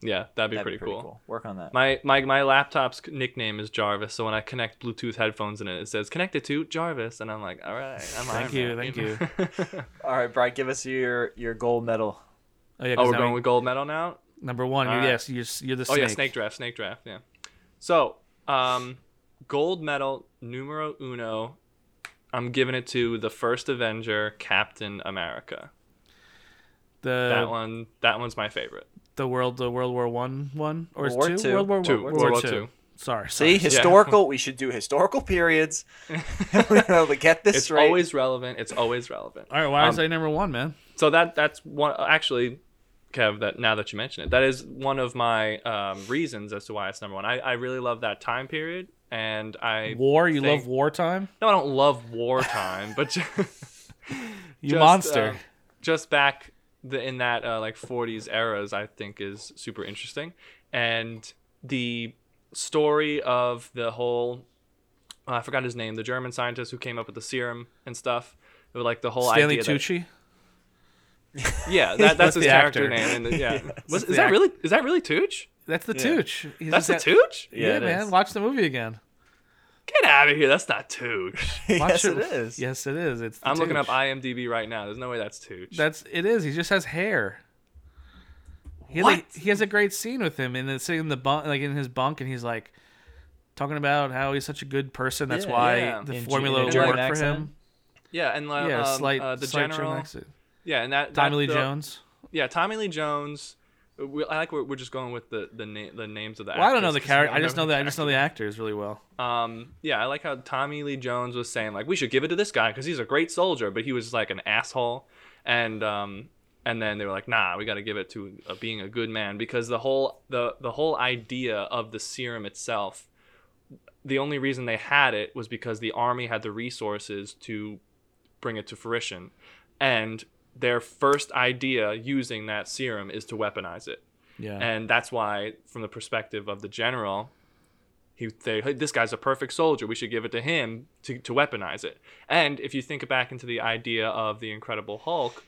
C: yeah, that'd be
A: That'd
C: pretty, cool.
A: Work on that.
C: My my my laptop's nickname is Jarvis, so when I connect Bluetooth headphones in it, it says connected to Jarvis, and I'm like, all right, I'm
B: Thank you,
C: Iron Man.
B: thank
C: you.
A: All right, Brian, give us your your gold medal.
B: Oh yeah,
C: oh,
B: 'cause
C: we're
B: now
C: going
B: we-
C: with gold medal now.
B: number one.
C: All
B: you-
C: right.
B: Yes, you're, s- you're the
C: Oh
B: snake.
C: yeah, snake draft, snake draft, yeah. So, um, gold medal numero uno. I'm giving it to the first Avenger, Captain America. That
B: The
C: one, that one's my favorite.
B: the world the World War One one or is
A: World War
B: two?
A: Two.
B: World War
C: Two,
B: One.
C: World War Two.
A: See,
B: Sorry. sorry.
A: historical. We should do historical periods. We're able to get this
C: It's
A: right.
C: always relevant. It's always relevant.
B: All right, why
C: Um,
B: is that number one, man?
C: so that that's one actually kev that now that you mention it that is one of my um, reasons as to why it's number one i, I really love that time period and i
B: War. You
C: think-
B: love wartime.
C: no i don't love wartime but ju-
B: You
C: just,
B: monster.
C: um, just back the, in that uh, like 40s eras i think is super interesting and the story of the whole oh, i forgot his name the german scientist who came up with the serum and stuff it was like the whole
B: Stanley
C: idea that-
B: Tucci.
C: Yeah, that, that's
B: That's
C: his
B: the
C: character
B: actor.
C: name. And the- yeah, Was-
B: the
C: is that
B: act-
C: really is that really Tooch?
B: That's the
A: Yeah.
B: Tooch. He's
C: That's a
B: just got-
C: Tooch?
B: Yeah,
A: Yeah, it
B: man.
A: is.
B: Watch the movie again.
C: Get out of here! That's not Tooch.
B: Watch
A: yes, it is.
B: Yes, it is. It's. the
C: I'm looking up
B: Tooch.
C: IMDb right now. There's no way that's Tooch.
B: That's it is. He just has hair. He has,
A: What?
B: Like, he has a great scene with him in the sitting in the bunk, like in his bunk, and he's like talking about how he's such a good person. That's
A: Yeah,
B: why
C: yeah.
B: the
A: In G-
B: formula
A: in a
B: worked
C: German
B: for
A: accent?
B: him.
C: yeah, and uh,
B: Yeah,
C: um,
B: slight,
C: uh, the
B: slight German
C: general.
B: accent.
C: Yeah, and that
B: Tommy
C: that-
B: Lee
C: the-
B: Jones.
C: Yeah, Tommy Lee Jones. We, I like we're, we're just going with the the, na- the names of the.
B: Well, I don't know
C: actors
B: the
C: 'cause
B: character. I just know
C: remember
B: that. I just know the actors really well.
C: Um, yeah, I like how Tommy Lee Jones was saying like we should give it to this guy because he's a great soldier, but he was like an asshole, and um, and then they were like, nah, we got to give it to uh, being a good man because the whole the the whole idea of the serum itself, the only reason they had it was because the army had the resources to bring it to fruition, and their first idea using that serum is to weaponize it
B: Yeah.
C: and that's why from the perspective of the general he they "Hey, this guy's a perfect soldier we should give it to him to, to weaponize it and if you think back into the idea of the incredible hulk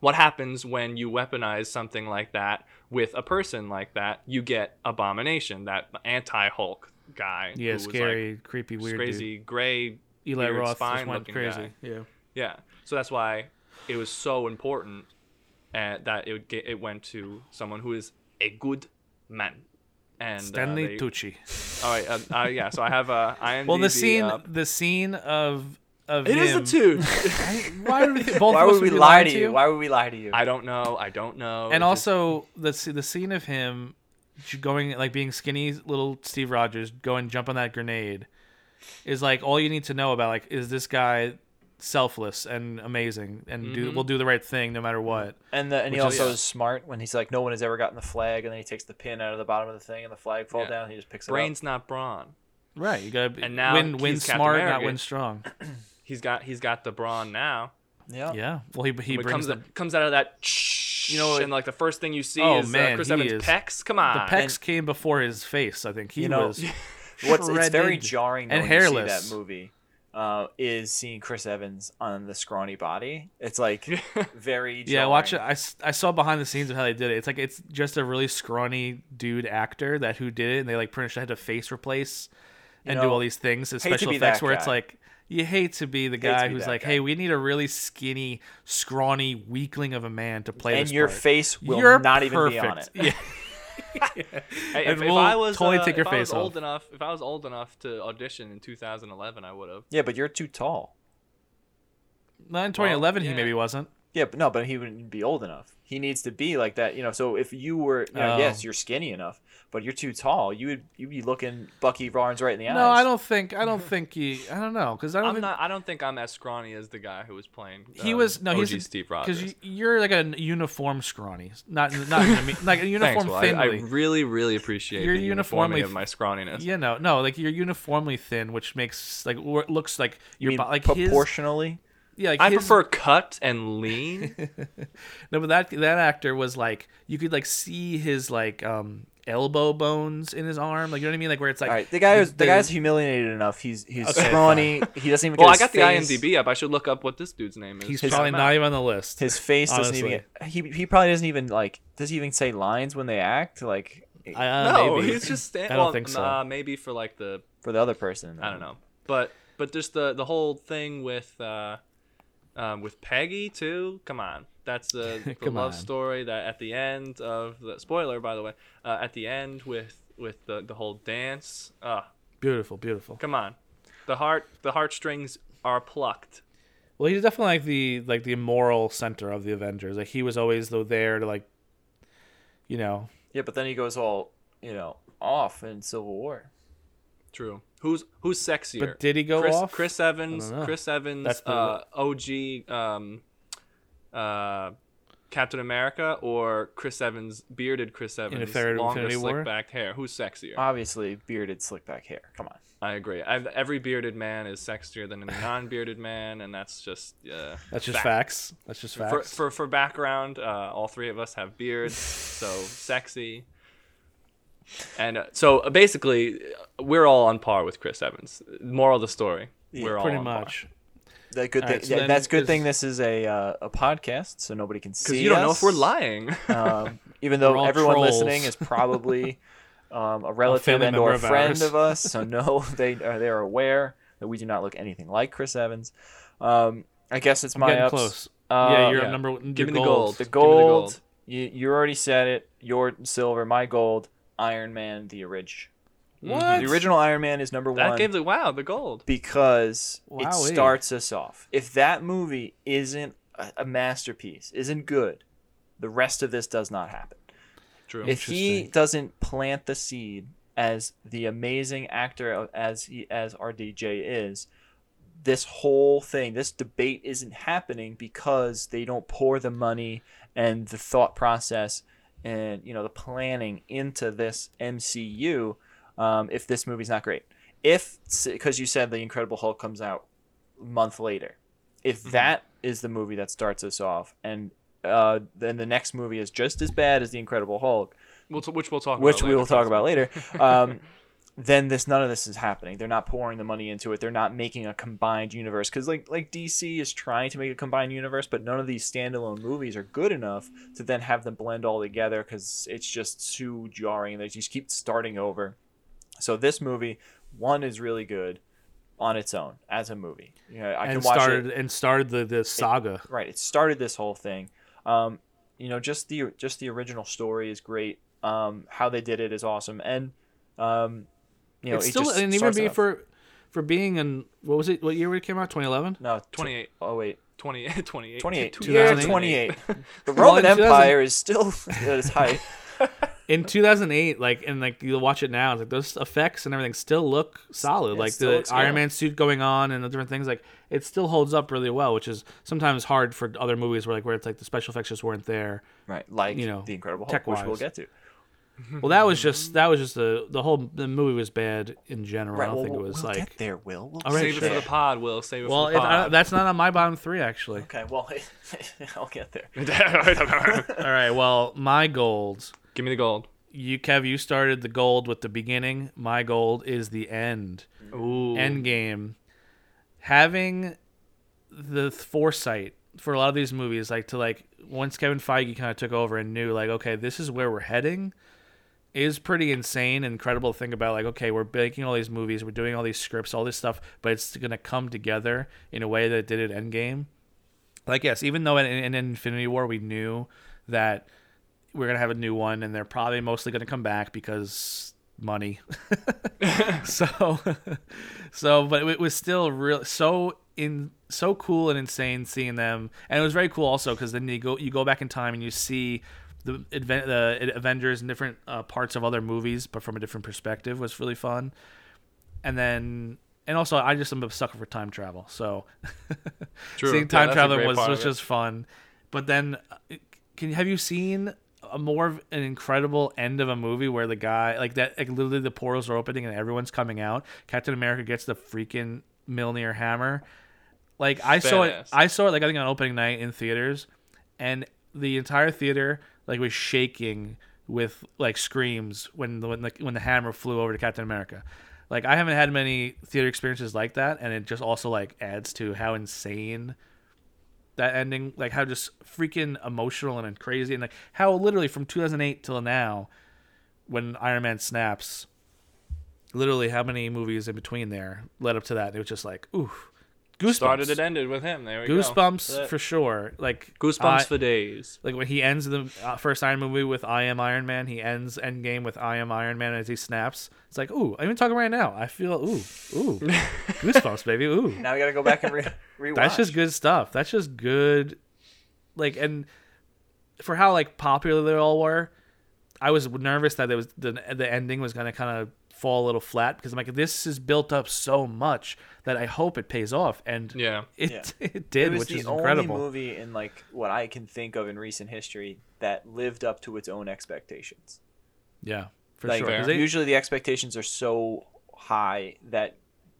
C: what happens when you weaponize something like that with a person like that you get abomination that anti-hulk guy
B: yeah.
C: who
B: Scary, creepy,
C: was
B: weird.
C: like crazy gray
B: Dude. Eli
C: weird
B: Roth just
C: spine
B: went
C: looking
B: crazy.
C: guy.
B: Yeah.
C: yeah so that's why it was so important uh, that it would get, it went to someone who is a good man and uh,
B: Stanley
C: they-
B: Tucci.
C: all right, um, uh, yeah. So I have uh, IMDb.
B: Well, the scene,
A: um,
C: up.
B: the scene of of
C: It
B: him.
C: is a two.
B: Why would we, both
A: Why
B: of us
A: would we
B: be
A: lie
B: lying
A: to you? Why would we lie to you?
C: I don't know. I don't know.
B: and
C: It just-
B: also the s- the scene of him j- going like being skinny, little Steve Rogers, go and jump on that grenade, is like all you need to know about like is this guy selfless and amazing and do
A: Mm-hmm.
B: will do the right thing no matter what.
A: and the, and he
B: Which is-
A: also is smart when he's like, no one has ever gotten the flag, and then he takes the pin out of the bottom of the thing, and the flag fall
C: Yeah.
A: down. And he just picks it up.
C: brains not brawn.
B: Right, you gotta be,
C: And now
B: win win
C: he's Captain
B: smart, not
C: America.
B: win strong.
C: He's got he's got the brawn now.
A: Yeah.
B: Yeah, well he he
C: He
B: brings
C: comes
B: the,
C: comes out of that. You know,
A: what-
C: and like the first thing you see
B: Oh,
C: is uh,
B: man,
C: Chris
B: he
C: Evans'
B: is-
C: pecs. Come
B: the
C: on,
B: pecs came before his face. I think he
A: You know,
B: was
A: What's it's very
B: shredded
A: jarring though,
B: and
A: when you see
B: hairless.
A: that movie uh, is seeing Chris Evans on the scrawny body. It's like very jarring.
B: Yeah, watch it. I, s- I saw behind the scenes of how they did it. It's like it's just a really scrawny dude actor that who did it, and they like pretty much had to face replace and do
A: know,
B: all these things, and
A: hate to
B: special
A: be
B: effects
A: that
B: where it's
A: guy.
B: like, you hate to be the
A: to
B: guy
A: be
B: who's
A: that
B: like,
A: guy.
B: hey, we need a really skinny, scrawny weakling of a man to play
A: and
B: this
A: your
B: part.
A: face will
B: You're
A: not even be on it.
B: perfect. Yeah.
C: Hey,
B: And
C: if, if
B: we'll
C: I was
B: totally
C: uh,
B: take your
C: if I
B: face
C: was
B: off.
C: old enough, if I was old enough to audition in 2011, I would have.
A: Yeah, but you're too tall.
B: Not in 2011,
C: yeah.
B: he maybe wasn't.
A: Yeah, but no, but he wouldn't be old enough. He needs to be like that, you know. So if you were, you know,
B: Oh.
A: yes, you're skinny enough, but you're too tall. You would you'd be looking Bucky Barnes right in the eyes.
B: No, I don't think. I don't think he. I don't know because I don't
C: I'm
B: think
C: not. I don't think I'm as scrawny as the guy who was playing.
B: he
C: um,
B: was. No,
C: OG
B: he's a-
C: Steve Rogers.
B: you're like a uniform scrawny, not not in a me- like a
C: Thanks,
B: uniform
C: Will. I, I
B: thinly.
C: really, really appreciate
B: You're
C: the
B: uniformly
C: uniformity of my scrawniness.
B: Yeah, no, no, like you're uniformly thin, which makes like or- looks like
A: You
B: your
A: mean
B: bo- like his
A: proportionally.
B: yeah. Like
C: I
B: his-
C: prefer cut and lean.
B: no, but that that actor was like you could like see his like um elbow bones in his arm, like you know what I mean, like where it's like
A: All right, the guy was the guy's humiliated enough. He's he's
C: Okay,
A: scrawny. He doesn't even.
C: well, I
A: get
C: got
A: his
C: the
A: face-
C: IMDb up. I should look up what this dude's name is.
B: he's
C: Check
B: probably
C: him
B: not
C: out.
B: even on the list.
A: His face doesn't even.
B: Honestly.
A: Get, he he probably doesn't even like. Does he even say lines when they act like
B: Uh,
C: No,
B: maybe.
C: he's just. Stand-
B: I don't
C: well,
B: think so.
C: nah, maybe for like the
A: for the other person?
C: I don't know, but but just the the whole thing with uh, um, with Peggy too. Come on, that's the, the
B: Come
C: love
B: on.
C: story that at the end of the spoiler, by the way, uh, at the end with with the the whole dance. Uh,
B: beautiful, beautiful.
C: come on, the heart the heartstrings are plucked.
B: Well, he's definitely like the like the moral center of the Avengers. Like he was always though there to like, you know,
A: Yeah, but then he goes all you know off in Civil War.
C: True. Who's who's sexier?
B: But did he go
C: Chris,
B: off?
C: Chris Evans.
B: know.
C: Chris Evans.
B: That's the-
C: uh, OG. Um, uh, Captain America or Chris Evans, bearded Chris Evans,
B: Infinity-
C: longer
B: Infinity War?
C: slick back hair. Who's sexier?
A: Obviously, bearded, slick back hair. Come on.
C: I agree. I've, every bearded man is sexier than any non-bearded man, and that's just uh,
B: that's just
C: fact.
B: facts. That's just facts.
C: For, for for background, uh, all three of us have beards, so sexy. And uh, so uh, basically, uh, we're all on par with Chris Evans. Moral of the story:
A: Yeah,
C: we're all
B: Pretty
C: on par.
B: much.
A: That good
B: All
A: thing.
B: right, so
A: yeah,
B: then
A: that's good
B: is-
A: thing. This is a uh, a podcast, so nobody can see.
C: Because you don't know if we're
A: us.
C: lying.
A: Um, even
B: We're
A: though
B: all
A: everyone
B: trolls.
A: listening is probably um, a relative
B: family
A: and or
B: member
A: a
B: of
A: friend
B: ours.
A: of us, so no, they are they are aware that we do not look anything like Chris Evans. Um, I guess it's my
B: Getting
A: ups.
B: close.
A: Uh,
B: yeah, you're
C: yeah.
B: number one.
C: Give
B: you're
C: me the gold.
A: The
C: Give me the gold.
A: gold. You you already said it. Your silver, my gold. Iron Man, the orig.
B: What?
A: The original Iron Man is number
C: that
A: one
C: gave the wow the gold.
A: because it
B: Wowee.
A: starts us off. If that movie isn't a, a masterpiece, isn't good, the rest of this does not happen.
C: True.
A: If he
B: Interesting.
A: doesn't plant the seed as the amazing actor of- as he as our DJ is, this whole thing, this debate isn't happening because they don't pour the money and the thought process and you know the planning into this MCU. Um, if this movie's not great, if because you said the Incredible Hulk comes out a month later, if that is the movie that starts us off, and uh, then the next movie is just as bad as the Incredible Hulk,
C: We'll t- which we'll talk about.
A: which we
C: later,
A: will talk
C: trust me.
A: about later. Um, then this none of this is happening. They're not pouring the money into it. They're not making a combined universe because like like DC is trying to make a combined universe, but none of these standalone movies are good enough to then have them blend all together because it's just too jarring. They just keep starting over. So this movie, one is really good on its own as a movie. Yeah, I
B: and
A: can watch it
B: started and started the the saga.
A: right it started this whole thing um you know just the just the original story is great um how they did it is awesome and um you know
B: it's
A: it
B: still
A: just
B: and even
A: starts
B: be
A: out-
B: for for being in what was it? What year it came out? 2011.
A: no tw-
C: 28.
A: oh wait
C: 20, 28.
A: 28 yeah
B: 2008.
A: 28 the
B: Well,
A: roman
B: in 2000
A: empire is still at its height Uh,
B: In 2008, like and like you watch it now, it's like those effects and everything still look solid.
A: it
B: like
A: still
B: the
A: looks
B: Iron
A: good.
B: Man suit going on and the different things, like it still holds up really well, which is sometimes hard for other movies where like where it's like the special effects just weren't there.
A: right like
B: You know,
A: the incredible hulk which we'll
B: tech-wise.
A: get to
B: Well, that was just that was just the the whole the movie was bad in general. I
A: right
B: don't
A: well,
B: think it
A: we'll,
B: was
A: we'll
B: like
A: get there will we'll
B: All right,
A: get
C: Save it for
A: there.
C: the pod, Will. Save it
B: well,
C: for
B: it, uh,
C: the
B: I,
C: pod.
B: that's not on my bottom three actually.
A: okay well i'll get there
B: All right, well, my gold.
C: Give me the gold.
B: You Kev, you started the gold with the beginning. My gold is the end.
C: Ooh.
B: End game. Having the foresight for a lot of these movies, like to like once Kevin Feige kind of took over and knew like, okay, this is where we're heading. is pretty insane, incredible thing about like, okay, we're making all these movies, we're doing all these scripts, all this stuff, but it's gonna come together in a way that it did at Endgame. Like, yes, even though in, in Infinity War we knew that we're gonna have a new one, and they're probably mostly gonna come back because money. so, so, but it was still real so in so cool and insane seeing them, and it was very cool also because then you go you go back in time and you see the advent the Avengers and different uh, parts of other movies, but from a different perspective was really fun. And then and also I just am a sucker for time travel, so
C: True. Yeah,
B: seeing time
C: that's a
B: travel
C: great
B: was
C: part
B: was
C: of it.
B: just fun. But then, uh, can have you seen a more of an incredible end of a movie where the guy like that like literally the portals are opening and everyone's coming out. Captain America gets the freaking Milner hammer. Like I saw it,
C: Badass.
B: I saw it like I think on opening night in theaters, and the entire theater like was shaking with like screams when the when the, when the hammer flew over to Captain America. Like I haven't had many theater experiences like that, and it just also like adds to how insane that ending like how just freaking emotional and crazy and like how literally from 2008 till now when iron man snaps literally how many movies in between there led up to that it was just like ooh goosebumps
C: Started and ended with him. There we go.
B: goosebumps for sure like
C: Goosebumps
B: I-
C: for days.
B: like when he ends the uh, first Iron Man movie with I am Iron Man, he ends Endgame with I am Iron Man as he snaps. It's like, ooh, I'm even talking right now. I feel ooh, ooh, goosebumps, baby, ooh.
A: Now we got to go back and re- rewatch.
B: That's just good stuff. That's just good. Like and for how like popular they all were, I was nervous that it was the the ending was gonna kind of fall a little flat because I'm like, this is built up so much that I hope it pays off, and
C: Yeah.
B: it
A: Yeah.
B: it
A: It
B: did,
A: was
B: which
A: the
B: is incredible.
A: only movie in like what I can think of in recent history that lived up to its own expectations.
B: Yeah, for
A: like
B: sure. 'Cause they-
A: usually the expectations are so high that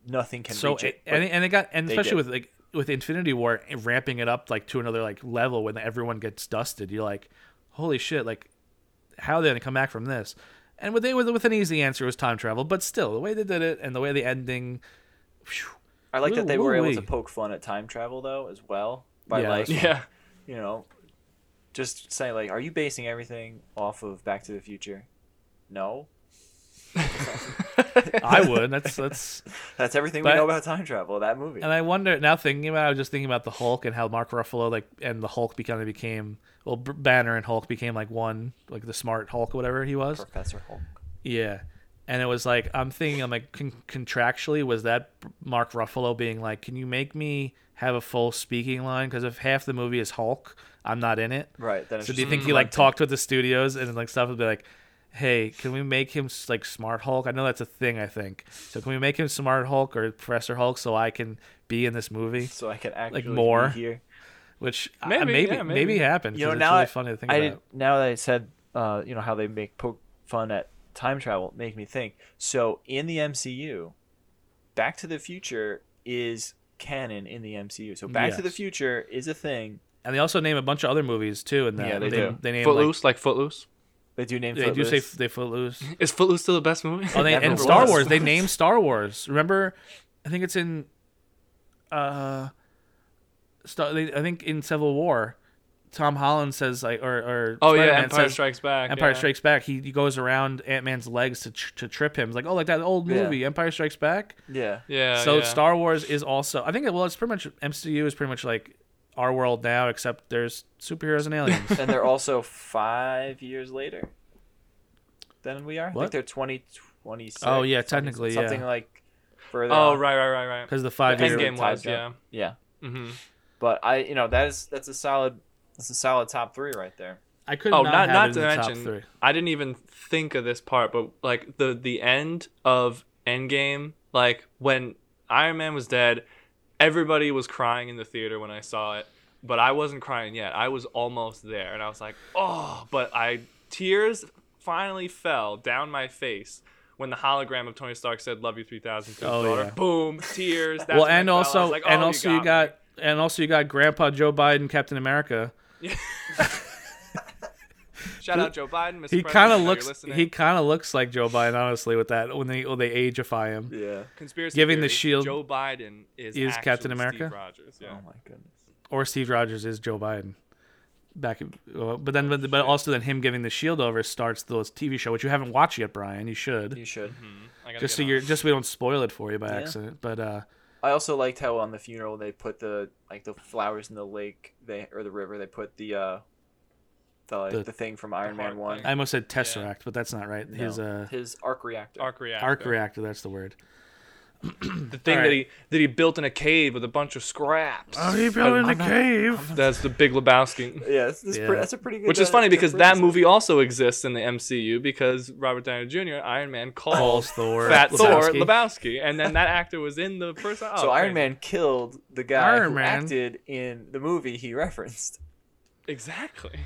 A: nothing can
B: so
A: reach it.
B: and
A: but-
B: it, and it got and
A: they
B: especially
A: did.
B: with like with Infinity War eh, ramping it up like to another like level when everyone gets dusted, you're like, holy shit! Like, how are they gonna come back from this? And with they with, with an easy answer was time travel, but still the way they did it and the way the ending,
A: I like that they
B: Woo-
A: were able
B: woo-wee.
A: to poke fun at time travel though as well by
B: Yeah,
A: like
C: Yeah.
A: you know just saying like are you basing everything off of Back to the Future? No,
B: I would. That's that's.
A: that's everything
B: But-
A: we know about time travel. That movie.
B: And I wonder now thinking about, it, I was just thinking about the Hulk and how Mark Ruffalo like and the Hulk kind of became well B- Banner and Hulk became like one like the smart Hulk or whatever he was.
A: Professor Hulk.
B: Yeah. And it was like I'm thinking I'm like con- contractually was that Mark Ruffalo being like can you make me have a full speaking line because if half the movie is Hulk I'm not in it.
A: Right. Then it's
B: So do
A: just
B: you think he like talked with the studios and like stuff and be like hey can we make him s- like smart Hulk? I know that's a thing I think. So can we make him smart Hulk or Professor Hulk so I can be in this movie?
A: so I can actually
B: more.
A: be here.
B: Which uh,
C: Maybe,
B: maybe maybe,
C: yeah, maybe.
B: maybe happened.
A: You know,
B: 'cause it's
A: now
B: really
A: I-
B: funny to think
A: I
B: about.
A: did, now that I said, uh, you know how they make poke fun at time travel, make me think. So in the MCU, Back to the Future is canon in the MCU. So Back to the
B: Yes.
A: Future is a thing.
B: And they also name a bunch of other movies too. And
A: Yeah, they
B: they
A: do.
B: They name like,
C: Footloose, like, Footloose.
A: They do name.
B: they do say
A: Footloose.
B: f- they Footloose.
C: Is Footloose still the best movie?
B: Oh, they,
A: Never
B: and Star
A: was.
B: Wars. They named Star Wars. Remember, I think it's in, uh, Star. They, I think in Civil War, Tom Holland says like, or or
C: Oh yeah,
B: Spider-Man
C: Empire
B: says-
C: Strikes Back.
B: Empire
C: yeah.
B: Strikes Back. He, he goes around Ant Man's legs to tr- to trip him. It's like oh, like that old
A: Yeah.
B: movie, Empire Strikes Back.
A: yeah.
C: Yeah.
B: so
C: yeah.
B: Star Wars is also. I think it, well, it's pretty much MCU is pretty much like our world now, except there's superheroes and aliens.
A: and they're also five years later than we are. I
B: What?
A: think they're twenty twenty.
B: Oh, yeah, technically, yeah.
A: something like further.
C: Oh
A: on.
C: right, right, right, right.
B: Because the five
A: Endgame
B: year
C: Endgame was
A: ties
C: yeah.
A: up. Yeah,
C: Mm-hmm.
A: but I, you know, that is that's a solid that's a solid top three right there.
B: I could
C: Oh,
B: not,
C: not
B: have
C: not
B: it
C: to
B: in the top
C: mention,
B: three.
C: I didn't even think of this part, but like the the end of Endgame, like when Iron Man was dead, everybody was crying in the theater when I saw it, but I wasn't crying yet. I was almost there, and I was like, oh, but I tears finally fell down my face. When the hologram of Tony Stark said "Love you 3,000" to his
B: Oh,
C: daughter,
B: yeah.
C: boom, tears. That's
B: well,
C: when I
B: and
C: fell. I
B: also,
C: was like,
B: and
C: "Oh,
B: also you
C: me."
B: got, and also you got Grandpa Joe Biden, Captain America.
C: shout out Joe Biden. Mr.
B: He
C: President,
B: kind
C: I know
B: of
C: you're
B: looks,
C: listening.
B: he kind of looks like Joe Biden, honestly, with that when they when they ageify him.
A: Yeah.
C: conspiracy
B: Giving the
C: theories,
B: shield
C: Joe Biden is,
B: is Captain
C: actually
B: America?
C: Steve Rogers. Yeah.
A: Oh my goodness.
B: Or Steve Rogers is Joe Biden. back uh, but then but, but also then him giving the shield over starts the tv show which you haven't watched yet brian you should
A: You should.
C: Mm-hmm. I gotta
B: just
C: get
B: so
C: on.
B: you're just so we don't spoil it for you by
A: Yeah.
B: accident but uh
A: I also liked how on the funeral they put the like the flowers in the lake they or the river they put the uh the
B: The-
A: the, thing from Iron Man
C: heart
A: one.
C: thing.
B: i almost said tesseract but that's not right his
A: No,
B: uh
A: his arc reactor.
C: arc reactor.
B: arc reactor that's the word
C: The thing
B: All
C: that
B: right.
C: he that he built in a cave with a bunch of scraps.
B: Oh, in the cave
C: That's the Big Lebowski.
A: yeah, that's, that's, Pre-
B: Yeah.
A: that's a pretty good.
C: Which is
A: uh,
C: funny because that
A: difference.
C: movie also exists in the MCU because Robert Downey Jr. Iron Man
B: Calls
C: calls
B: Thor
C: Fat Thor
B: Oh, Lebowski.
C: Lebowski, and then that actor was in the first. Oh,
A: So Iron
C: crazy.
A: Man killed the guy
B: Iron
A: who
B: Man.
A: acted in the movie he referenced.
C: Exactly.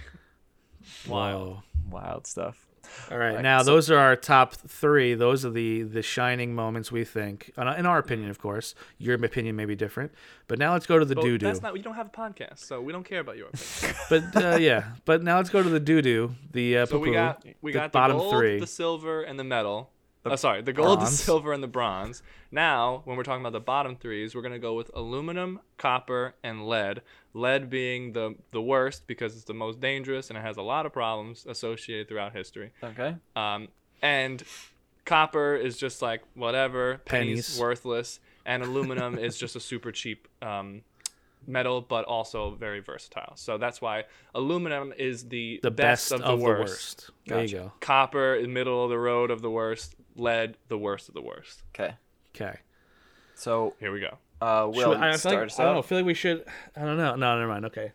B: Wow.
A: Wild stuff.
B: All right.
A: Like,
B: now,
A: so-
B: those are our top three. Those are the the shining moments we think, in our- in our opinion, of course. Your opinion may be different, but now let's go to the
C: But
B: doo doo.
C: that's not. You don't have a podcast, so we don't care about your opinion.
B: But uh, yeah, but now let's go to the doo doo. The uh,
C: So we
B: poo-poo,
C: got we
B: the
C: got the
B: bottom
C: gold,
B: three.
C: the silver, and the metal. oh, sorry, the gold, the
B: bronze.
C: silver, and the bronze. Now, when we're talking about the bottom threes, we're gonna go with aluminum, copper, and lead. Lead being the the worst because it's the most dangerous and it has a lot of problems associated throughout history.
A: Okay.
C: Um, and copper is just like whatever, pennies,
B: Pennies.
C: worthless, and aluminum is just a super cheap um, metal, but also very versatile. So that's why aluminum is the,
B: the best,
C: of, the, worst.
B: There you
A: Gotcha.
B: go.
C: Copper, is middle of the road of the worst. Lead, the worst of the worst.
A: Okay.
B: Okay.
A: So,
C: Here we go.
A: uh,
B: Should-
A: Will,
B: I, I feel
A: start
B: like-
A: us
B: I don't know. I
A: off.
B: feel like we should. I don't know. No, never mind. Okay.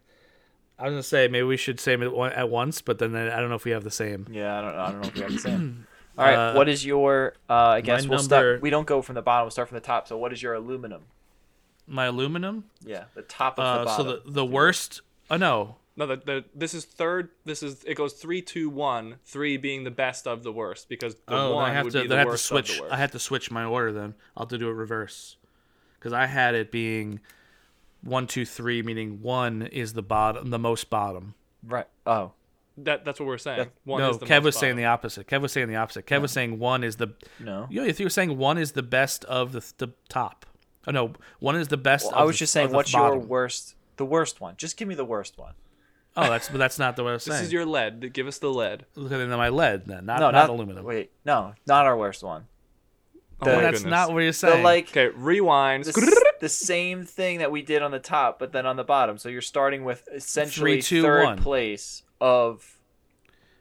B: I was gonna say maybe we should say it one- at once, but then I don't know if we have the same.
A: Yeah, I don't, I don't know if we have the same. All right,
B: Uh,
A: what is your? Uh, I guess
B: my
A: we'll start.
B: number-
A: We don't go from the bottom. We'll start from the top. So, what is your aluminum?
B: My aluminum.
A: Yeah, the top of the
B: Uh, so
A: bottom.
B: the the worst. Oh no,
C: No, the, the, this is third. This is it goes three, two, one. Three being the best of the worst because the one
B: Oh, I have
C: would
B: to.
C: be
B: Then
C: the
B: I have to
C: worst of
B: switch.
C: the worst.
B: I have to switch my order then. I'll have to do it reverse, because I had it being one, two, three, meaning one is the bottom, the most bottom.
A: Right. Oh,
C: that, that's what we're saying. One
B: no,
C: is the
B: Kev
C: most
B: was saying
C: bottom.
B: the opposite. Kev was saying the opposite. Kev was saying one is the.
A: no.
B: You know, if you were saying one is the best of the, the top. Oh no, one is the best.
A: Well,
B: of
A: I was
B: the-
A: just
B: of
A: saying,
B: the
A: what's your
B: bottom.
A: worst? The worst one. Just give me the worst one.
B: Oh, that's but that's not the way I was saying.
C: This is your lead. Give us the lead.
B: Look at it, my lead then, not
A: No,
B: not,
A: not
B: aluminum.
A: Wait, no, not our worst one.
C: Oh
A: The-
C: my
B: that's
C: goodness.
B: not what you're saying.
A: The like
C: Okay, rewind.
A: the, s- the same thing that we did on the top, but then on the bottom. So you're starting with essentially
B: Three, two,
A: third
B: one.
A: place of.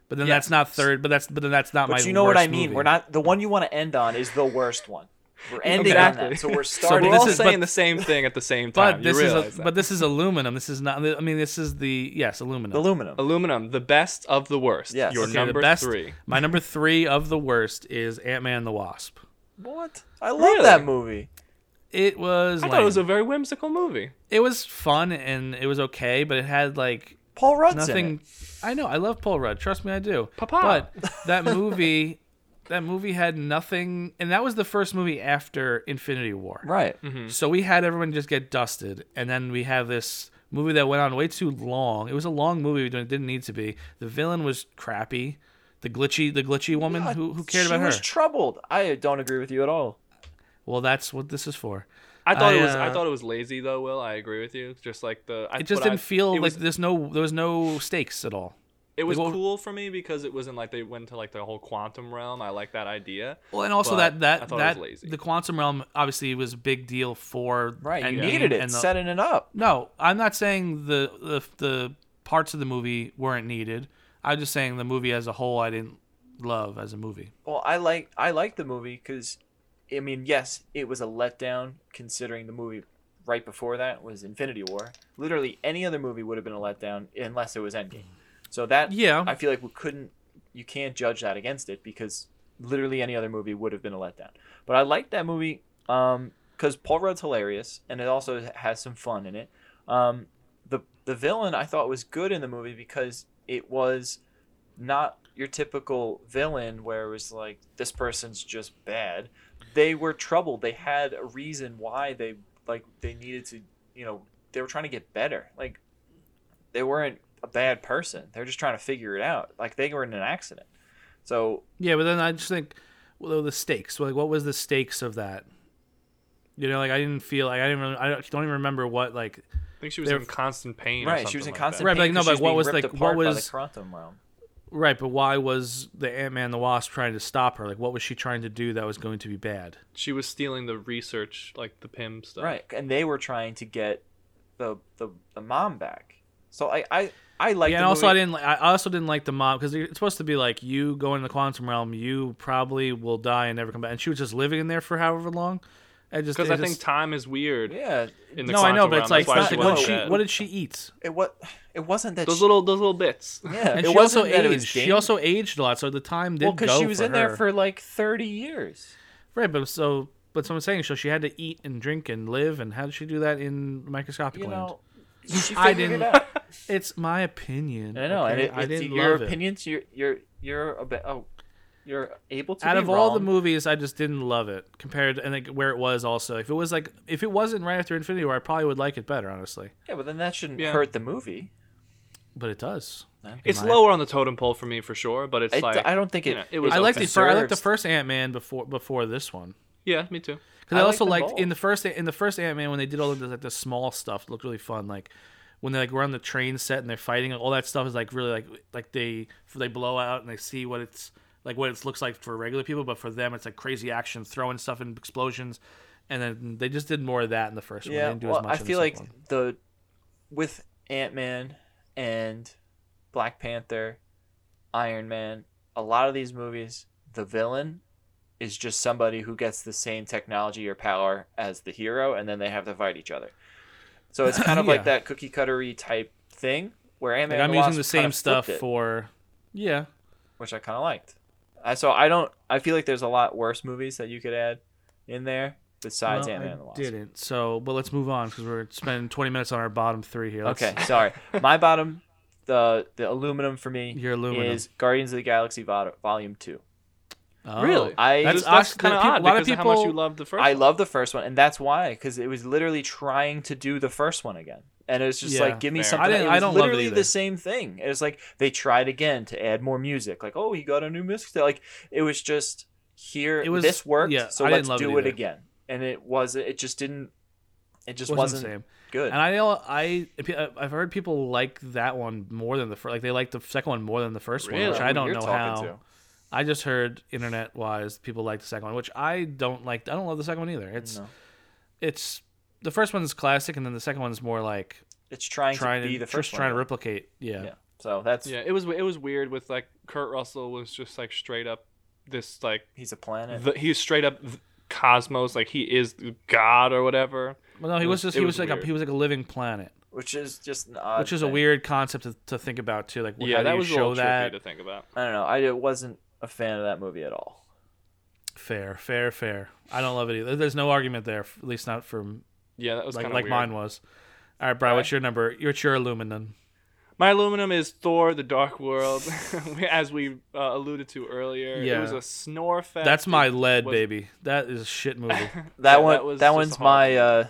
B: but then
C: yeah.
B: that's not third. But that's but then that's not
A: But
B: my.
A: you know what I
B: worst
A: mean.
B: movie.
A: We're not the one you want to end on is the worst one. We're ending on
C: Exactly.
A: that, so we're
C: So
A: starting.
C: we're
B: this
C: all
B: is-
C: saying
B: but-
C: the same thing at the same
B: But
C: time. You
B: this
C: realize
B: is a,
C: that.
B: but this is aluminum. This is not. I mean, this is the yes aluminum.
A: the aluminum.
C: aluminum, the best of the worst.
A: Yes.
C: Your
A: Okay,
B: the
C: number
B: best-
C: three.
B: My number three of the worst is Ant Man and the Wasp.
A: What? I love
C: Really?
A: that movie.
B: It was.
C: I
B: lame.
C: thought it was a very whimsical movie.
B: fun and it was okay, but it had like
A: Paul Rudd's in
B: nothing.
A: it.
B: I know. I love Paul Rudd. Trust me, I do.
C: Papa.
B: But that movie, that movie had nothing, and that was the first movie after Infinity War.
A: Right.
C: Mm-hmm.
B: So we had everyone just get dusted, and then we have this movie that went on way too long. It was a long movie, but it didn't need to be. The villain was crappy. The glitchy, the glitchy woman
A: God,
B: who who cared
A: she
B: about her.
A: was troubled. I don't agree with you at all.
B: well, that's what this is for.
C: I thought
B: I,
C: it was. I
B: uh,
C: thought it was lazy though. Will I agree with you? Just like the. I,
B: It just
C: but
B: didn't
C: I-
B: feel
C: it
B: like
C: was,
B: there's no there was no stakes at all.
C: It was
B: like, what-
C: cool for me because it wasn't like they went to like the whole quantum realm. I like that idea.
B: Well, and also
C: But
B: that
C: I
B: that
C: thought it
B: that
C: was lazy.
B: the quantum realm obviously was a big deal for
A: Right. You
B: Endgame
A: needed it,
B: and the-
A: setting it up.
B: No, I'm not saying the, the the parts of the movie weren't needed. I'm just saying the movie as a whole I didn't love as a movie.
A: Well, I like I like the movie because, I mean, yes, it was a letdown considering the movie right before that was Infinity War. Literally, any other movie would have been a letdown unless it was Endgame. So that
B: Yeah.
A: I feel like we couldn't, you can't judge that against it because literally any other movie would have been a letdown. But I like that movie because Paul Rudd's hilarious and it also has some fun in it. Um, the the villain I thought was good in the movie because it was not your typical villain where it was like this person's just bad. They were troubled. They had a reason why they like they needed to, you know, they were trying to get better. Like they weren't a bad person. They're just trying to figure it out. Like they were in an accident. So
B: Yeah, but then I just think, well, the stakes. Like, what was the stakes of that? You know, like I didn't feel like I didn't. Really, I don't I don't even remember what like
C: think she was
B: They're-
C: in constant pain. or
A: Right, she was in
C: something like
A: constant pain
B: Right, but like, no,
A: 'cause
B: but
A: she was
B: what
A: being
B: was,
A: ripped
B: like, what
A: apart by
B: was-
A: the Krotham realm?
B: Right, but why was the Ant Man the Wasp trying to stop her? Like, what was she trying to do that was going to be bad?
C: that. She was stealing the research, like the PIM stuff.
A: Right, and they were trying to get the the, the mom back. So I I I like.
B: yeah,
A: the
B: and also
A: movie.
B: I didn't. li- I also didn't like the mom because it's supposed to be like you go into the quantum realm, you probably will die and never come back. And she was just living in there for however long. I just
C: Because I
B: it
C: think
B: just-
C: time is weird.
A: Yeah,
C: In the
B: no, I know,
C: quantum
B: but it's
C: realm,
B: like
C: that's why
B: what
A: she
B: did
A: wasn't
B: she?
A: dead.
B: What did she eat?
A: it what it wasn't that
C: Those
A: she,
C: little those little bits.
A: Yeah,
B: And
A: it
B: she
A: wasn't
B: also
A: that it
B: aged.
A: was
B: She
A: danger-
B: also aged a lot, so the time did
A: well
B: go
A: because she was
B: for
A: in there
B: her.
A: for like thirty years.
B: right, but so but so I'm saying so she had to eat and drink and live, and how did she do that in microscopic
A: You
B: land?
A: know, she
B: I
A: figured
B: didn't-
A: it out.
B: It's my opinion.
A: I know, and
B: okay?
A: it,
B: I
A: it's
B: didn't
A: your
B: love it.
A: opinions. You're you're you're a bit, oh, you're able to
B: out
A: be
B: of all the
A: wrong.
B: movies, I just didn't love it compared to, and like where it was also. If it was like if it wasn't right after Infinity War, I probably would like it better, honestly.
A: Yeah, but then that shouldn't
C: Yeah.
A: hurt the movie.
B: But it does.
A: No.
B: in
C: It's
B: my-
C: lower on the totem pole for me for sure, but it's
A: I,
C: like
A: I don't think it.
C: you know, it was
B: I liked the
A: deserves-
B: fir- I liked the first Ant Man before before this one
C: yeah, me too.
B: because
A: I
B: I,
A: liked
B: also
A: them
B: liked
A: both.
B: in the first in the first Ant Man when they did all of the like the small stuff it looked really fun like. When they like were on the train set and they're fighting, all that stuff is like really like like they they blow out and they see what it's like what it looks like for regular people, but for them it's like crazy action, throwing stuff and explosions, and then they just did more of that in the first one. They
A: Yeah,
B: didn't do
A: well,
B: as much
A: I
B: in the
A: feel
B: second
A: like
B: one.
A: the with Ant Man and Black Panther, Iron Man, a lot of these movies, the villain is just somebody who gets the same technology or power as the hero, and then they have to fight each other. So it's kind of
B: Yeah.
A: like that cookie cuttery type thing where Ant Man.
B: Like I'm using the same stuff for yeah.
A: which I kind of liked. I, so I don't. I feel like there's a lot worse movies that you could add in there besides
B: Well,
A: Ant Man and the
B: I
A: Wasp.
B: didn't. So, but let's move on because we're spending 20 minutes on our bottom three here. Let's-
A: Okay, sorry. My bottom, the the aluminum for me
B: Your aluminum.
A: is Guardians of the Galaxy Vol- Volume Two.
B: Oh.
A: I
B: That's
C: That's, that's
B: us-
C: kind of
B: people-
C: odd
B: a lot of
C: because of how much you
B: people-
C: loved the first.
A: I
C: one.
A: love the first one, and that's why because it was literally trying to do the first one again, and it's just
B: Yeah,
A: like give me
C: fair.
A: something.
B: I didn't-
A: it
B: I
A: was
B: don't love it
A: literally
B: either.
A: the same thing. It was like they tried again to add more music, like oh he got a new music. Like it was just here.
B: It was-
A: this worked,
B: yeah,
A: so
B: I didn't
A: let's
B: love it
A: do it,
B: either.
A: again. And it was it just didn't. It just
B: Wasn't the
A: wasn't,
B: same.
A: good.
B: And I know I uh, I've heard people like that one more than the first. Like they like the second one more than the first
C: Really?
B: one, which
A: Who
B: I don't
A: you're
B: know
A: talking
B: how.
A: to.
B: I just heard internet wise people like the second one, which I don't like. I don't love the second one either. It's
A: No.
B: it's the first one's classic, and then the second one's more like
A: It's trying,
B: trying
A: to
B: to
A: be the
B: just
A: first
B: trying to
A: one.
B: replicate. Yeah.
A: yeah. So that's
C: Yeah, it was it was weird with like Kurt Russell was just like straight up this like
A: he's a planet.
C: the, he's straight up th- cosmos like he is God or whatever.
B: Well, no, he
C: It
B: was,
C: was-
B: just
C: it
B: he was,
C: was
B: like a
C: weird.
B: he was like a living planet.
A: which is just an odd
B: which is a
A: thing.
B: weird concept to, to think about too. Like,
C: Yeah,
B: how do
C: that
B: you
C: was a
B: show
C: little
B: that?
C: trippy to think about.
A: I don't know. I wasn't a fan of that movie at all.
B: Fair, fair, fair. I don't love it either. There's no argument there, f- at least not from
C: Yeah, that was
B: like
C: kind of
B: like
C: weird.
B: mine was. All right, Brian, what's your number? What's your aluminum?
C: My aluminum is Thor: The Dark World, as we uh, alluded to earlier. It was
B: Yeah.
C: a snore fest.
B: That's my lead,
C: was-
B: baby. That is a shit movie.
A: That
C: Yeah,
A: one.
C: that
A: That,
C: was just
A: one's
C: horrible.
A: my uh,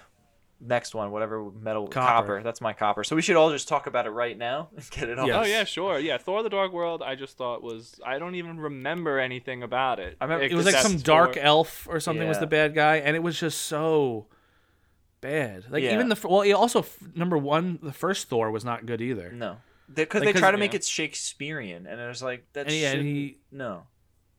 A: next one. Whatever metal
B: Copper.
A: copper. That's my copper. So we should all just talk about it right now and get it off.
B: Yeah.
C: Oh yeah, sure. Yeah, Thor: The Dark World. I just thought was I don't even remember anything about it.
A: I remember-
B: it was like
C: except
B: some dark
C: for-
B: elf or something was
A: Yeah.
B: the bad guy, and it was just so bad. Like
A: Yeah.
B: even the f- well, yeah, also f- number one, the first Thor was not good either.
A: No. Because
B: Like,
A: they
B: 'cause-
A: try to make
C: yeah.
A: it Shakespearean, and it was like that's
B: And yeah, and
A: shouldn't-
B: he-
A: no.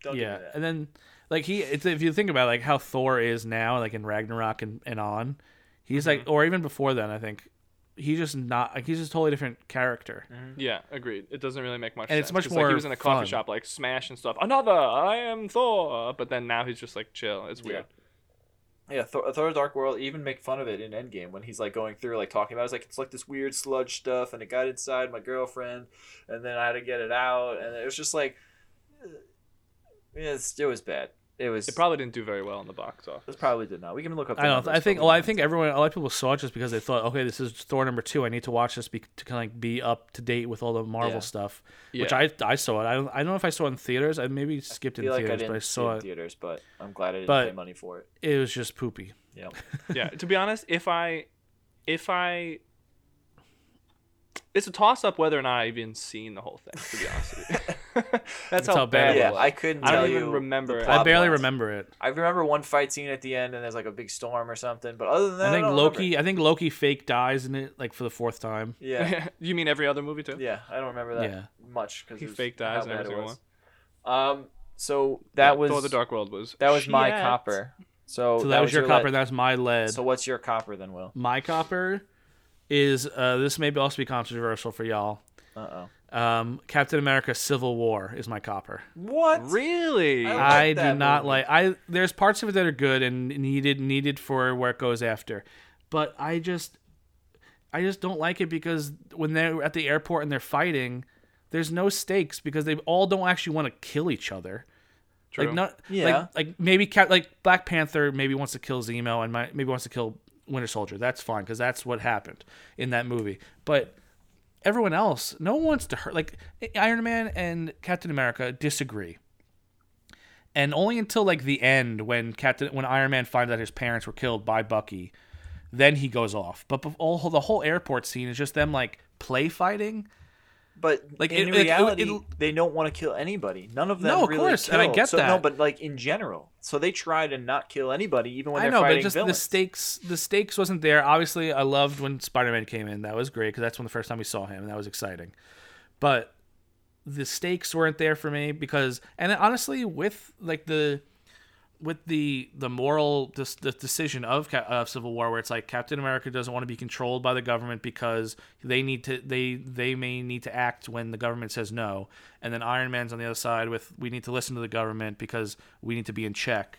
A: Don't
B: yeah,
A: do that.
B: and then like he, it's, if you think about like how Thor is now, like in Ragnarok and, and on, he's
A: Mm-hmm.
B: like, or even before then, I think he's just not like he's just a totally different character.
A: Mm-hmm.
C: Yeah, agreed. It doesn't really make much
B: And
C: sense.
B: it's much
C: 'cause,
B: more
C: like he was in a coffee
B: fun.
C: shop like smashing stuff. Another, I am Thor, but then now he's just like chill. It's weird.
A: Yeah, Thor, Thor: The Dark World even make fun of it in Endgame when he's like going through like talking about it. it's like it's like this weird sludge stuff, and it got inside my girlfriend, and then I had to get it out, and it was just like, uh, yeah, it's, it was bad. It was.
C: It probably didn't do very well in the box
A: This
C: office.
A: probably did not. We can look up. the
B: I don't.
A: numbers,
B: know. I think.
A: but we
B: Well, I
A: don't.
B: think everyone, a lot of people saw it just because they thought, okay, this is Thor number two. I need to watch this be, to kind of like be up to date with all the Marvel
A: Yeah.
B: stuff.
C: Yeah.
B: Which I I saw it. I don't. I don't know if I saw it in theaters. I maybe skipped
A: I
B: in
A: feel like I
B: theaters,
A: didn't
B: but I saw
A: see it in
B: it.
A: theaters, but I'm glad I didn't
B: But-
A: pay money for it.
B: It was just poopy.
A: Yeah,
C: yeah. To be honest, if I, if I, it's a toss up whether or not I even seen the whole thing. To be honest, with you. That's how, bad.
B: Yeah,
C: it was.
A: I couldn't
C: I
A: tell
C: don't even
A: you
C: remember
A: the
C: it.
A: plot
B: I barely
A: lines.
B: remember it.
A: I remember one fight scene at the end, and there's like a big storm or something. But other than that,
B: I
A: I
B: think
A: don't
B: Loki.
A: remember.
B: I think Loki fake dies in it like for the fourth time.
A: Yeah,
C: you mean every other movie too?
A: yeah, I don't remember that
B: Yeah.
A: much because
C: He faked eyes and
A: How bad it
C: everything
A: was. Um, so that was
C: Thor: The Dark World was.
A: that was my
C: shit.
A: copper. So,
B: So that, was your copper.
A: lead.
B: and That's my lead.
A: So what's your copper then, Will?
B: my copper is uh, this may also be controversial for y'all.
A: Uh oh.
B: Um, Captain America: Civil War is my copper.
A: What?
C: Really?
A: I like
B: I do
A: that
B: not
A: movie.
B: like. I there's parts of it that are good and needed needed for where it goes after, but I just, I just don't like it because when they're at the airport and they're fighting, there's no stakes because they all don't actually want to kill each other. Like not
A: Yeah.
B: like like maybe Cap, like Black Panther maybe wants to kill Zemo and might, maybe wants to kill Winter Soldier. That's fine because that's what happened in that movie. But everyone else, no one wants to hurt. Like Iron Man and Captain America disagree, and only until like the end when Captain when Iron Man finds out his parents were killed by Bucky, then he goes off. But bef- all the whole airport scene is just them like play fighting.
A: But
B: Like,
A: like
B: it-
A: in
B: it- it-
A: reality,
B: it'll-
A: they don't want to kill anybody. None of them.
B: No, of
A: really
B: course, and I
A: kill.
B: get
A: So- No,
B: that.
A: but like in general, so they try to not kill anybody, even when
B: I
A: they're
B: know,
A: fighting
B: but just the
A: villains.
B: stakes. The stakes wasn't there. Obviously, I loved when Spider Man came in. That was great because that's when the first time we saw him, and that was exciting. But the stakes weren't there for me because, and then honestly, with like the with the the moral dis- the decision of Ca- of Civil War, where it's like Captain America doesn't want to be controlled by the government because they need to they they may need to act when the government says no, and then Iron Man's on the other side with we need to listen to the government because we need to be in check.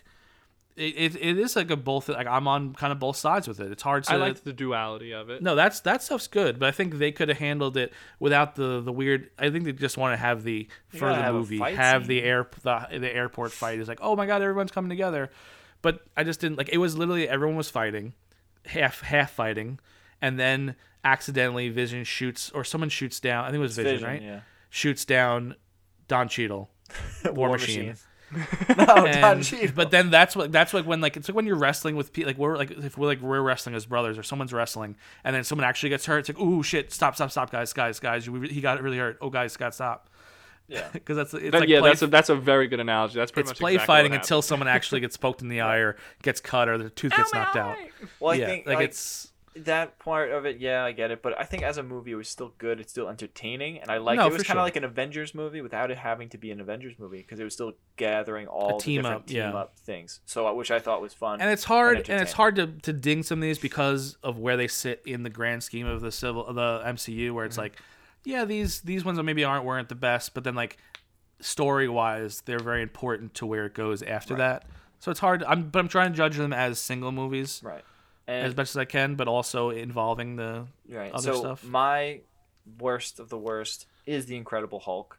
B: It, it, it is like a both like I'm on kind of both sides with it. It's hard to
C: I liked the duality of it.
B: no, that's that stuff's good, but I think they could have handled it without the the weird. I think they just want to have the for
A: gotta
B: the
A: have a
B: movie
A: fight
B: have the
A: scene.
B: air the, the airport fight is like oh my god everyone's coming together, but I just didn't like it was literally everyone was fighting, half half fighting, and then accidentally Vision shoots or someone shoots down. I think it was Vision,
A: Vision,
B: right?
A: yeah.
B: Shoots down Don Cheadle, War, Machine.
A: no, Don
B: And-
A: Cheadle.
B: But then that's what that's like when like it's like when you're wrestling with people like we're like if we're like we're wrestling as brothers or someone's wrestling and then someone actually gets hurt. It's like ooh shit stop stop stop guys guys guys we, he got really hurt oh guys got stop
A: Yeah.
B: because that's it's
C: That-
B: like
C: yeah,
B: play,
C: that's a, that's a very good analogy. That's pretty
B: it's
C: much
B: play
C: exactly what
B: fighting
C: happened.
B: until someone actually gets poked in the eye or gets cut or their tooth gets knocked out.
A: Well, I
B: yeah,
A: think
B: like,
A: like,
B: it's
A: that part of it. Yeah, I get it. But I think as a movie, it was still good. It's still entertaining, and I like
B: No,
A: it. It was
B: for
A: kind of
B: sure.
A: like an Avengers movie without it having to be an Avengers movie because it was still gathering all the
B: team
A: different
B: up,
A: team
B: yeah.
A: up things. So uh, which I thought was fun.
B: and it's hard and, it's
A: entertaining.
B: hard to, to ding some of these because of where they sit in the grand scheme of the civil of the MCU where
A: Mm-hmm.
B: it's like yeah these these ones maybe aren't weren't the best but then like story wise they're very important to where it goes after that so it's hard I'm but I'm trying to judge them as single movies
A: right.
B: as
A: And
B: best as I can but also involving the
A: right.
B: other
A: so
B: stuff.
A: my worst of the worst is the Incredible Hulk.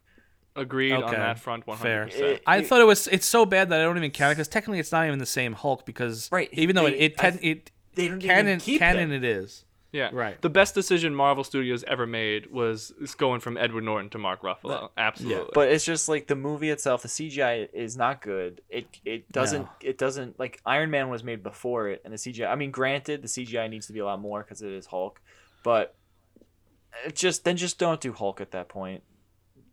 C: Agreed on
B: Okay.
C: that front, one hundred
A: Fair.
C: percent.
B: I
A: It-
B: thought it was it's so bad that I don't even count it because technically it's not even the same Hulk because
A: Right,
B: even though
A: they-
B: it it,
A: I-
B: ten, it
A: They don't
B: canon
A: even keep
B: canon
A: them.
B: it is
C: Yeah,
B: Right.
C: The best decision Marvel Studios ever made was is going from Edward Norton to Mark Ruffalo. Absolutely.
A: but it's just like the movie itself the cgi is not good it it doesn't
B: No.
A: it doesn't like iron man was made before it and the cgi i mean granted the cgi needs to be a lot more because it is hulk but it just then just don't do hulk at that point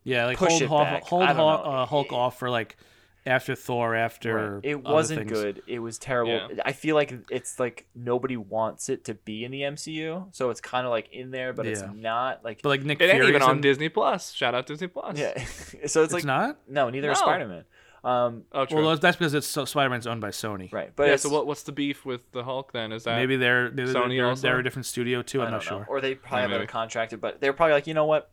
B: Yeah, like
A: push
B: hold
A: it
B: Hulk,
A: back.
B: hold
A: I don't
B: Hulk,
A: know.
B: uh, Hulk
A: It-
B: off for like after Thor, after
A: it
B: other
A: wasn't
B: things.
A: good it was terrible
C: Yeah.
A: i feel like it's like nobody wants it to be in the mcu so it's kind of like in there but it's
B: Yeah.
A: not like
B: But like Nick
C: it ain't
B: Fury,
C: even on
B: isn't-
C: Disney Plus. Shout out Disney Plus.
A: yeah so it's,
B: It's
A: like
B: not.
A: no neither is
C: No.
A: spider-man um
C: Oh, true.
B: Well, that's- that's because it's so, Spider-Man's owned by Sony.
A: right but
C: yeah.
A: it's,
C: So what, what's the beef with the Hulk then? Is that
B: Maybe they're they're,
C: Sony
B: they're,
C: also?
B: they're a different studio too. I'm
A: I
B: not
A: don't know.
B: sure.
A: Or they probably have
C: maybe.
A: it contracted, but they're probably like, you know what,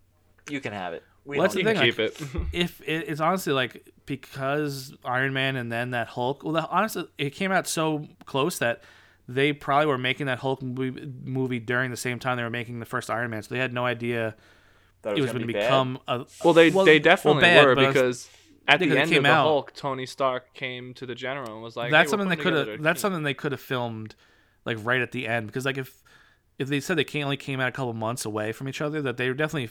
A: you can have it. We
B: Well, that's
A: don't
B: the
A: need
B: thing,
A: it."
C: keep it?
B: If it, it's honestly like because Iron Man and then that Hulk. Well, that, honestly, it came out so close that they probably were making that Hulk movie, movie during the same time they were making the first Iron Man, so they had no idea
A: Thought
B: it was
A: gonna
B: going
A: be
B: to
A: bad.
B: become a.
C: well, they
B: Well,
C: they
B: well,
C: definitely
B: bad,
C: were
B: but I was-
C: because at
B: because
C: the
B: it
C: end
B: came
C: of the
B: out.
C: Hulk, Tony Stark came to the general and was like,
B: that's
C: "Hey, we're
B: something they
C: putting
B: could have
C: together a
B: that's
C: team."
B: something they could have filmed like right at the end because like if if they said they came, only came out a couple months away from each other that they were definitely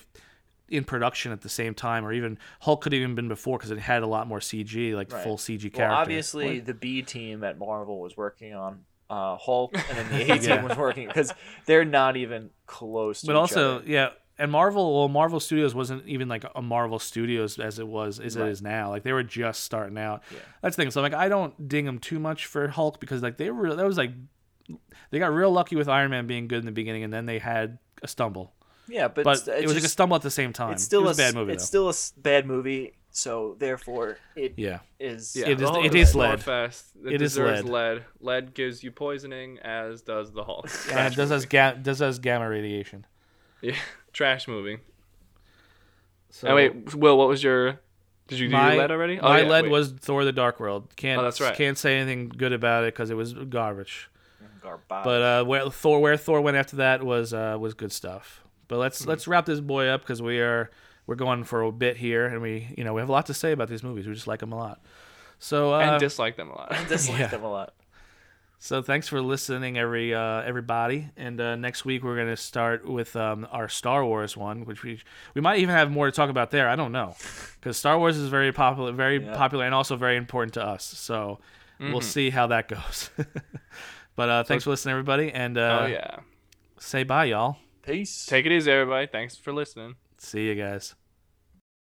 B: in production at the same time or even hulk could have even been before because it had a lot more cg like
A: Right.
B: full cg character
A: Well, obviously, the B team at Marvel was working on uh, Hulk, and then the A team
B: Yeah.
A: was working because they're not even close. To
B: but
A: each
B: also
A: other.
B: yeah and Marvel, well, Marvel Studios wasn't even like a Marvel Studios as it was as it is now. Like they were just starting out. That's the thing. So like I don't ding them too much for Hulk because like they were that was like they got real lucky with Iron Man being good in the beginning, and then they had a stumble.
D: Yeah, but,
B: But
D: it's-
B: it
D: it's
B: was like a
D: just-
B: stumble at the same time.
D: It's still
B: it was
D: a
B: a
D: s-
B: bad movie
D: It's
B: though.
D: still a s- bad movie. So therefore, it is.
B: yeah,
C: Yeah,
B: It
C: the
B: is-
C: Hulk
B: it is
C: a
B: lead.
C: slugfest. It,
B: Oh, It is
C: deserves
B: lead.
C: lead. Lead gives you poisoning, as does the Hulk.
B: and
C: Trash
B: it does us
C: movie.
B: ga- does us gamma radiation.
C: Yeah, trash movie.
B: So
C: oh wait, Will, what was your? Did you do
B: my
C: your lead already? Oh,
B: my
C: yeah,
B: lead
C: wait.
B: was Thor: The Dark World. Can't
C: Oh, that's right.
B: can't say anything good about it because it was garbage.
D: Garbage.
B: But uh, where Thor where Thor went after that was uh, was good stuff. But let's
C: Hmm.
B: let's wrap this boy up because we are we're going for a bit here, and we you know we have a lot to say about these movies. We just like them a lot. So uh,
C: and dislike them a lot.
D: dislike
B: yeah.
D: them a lot.
B: So thanks for listening, every uh, everybody. And uh, next week we're gonna start with um, our Star Wars one, which we we might even have more to talk about there. I don't know, because Star Wars is very popular, very
D: Yeah.
B: popular, and also very important to us. So
C: Mm-hmm.
B: we'll see how that goes. but uh, thanks for listening, everybody, and uh,
C: oh yeah.
B: say bye, y'all.
D: Peace.
C: Take it easy, everybody. Thanks for listening.
B: See you guys.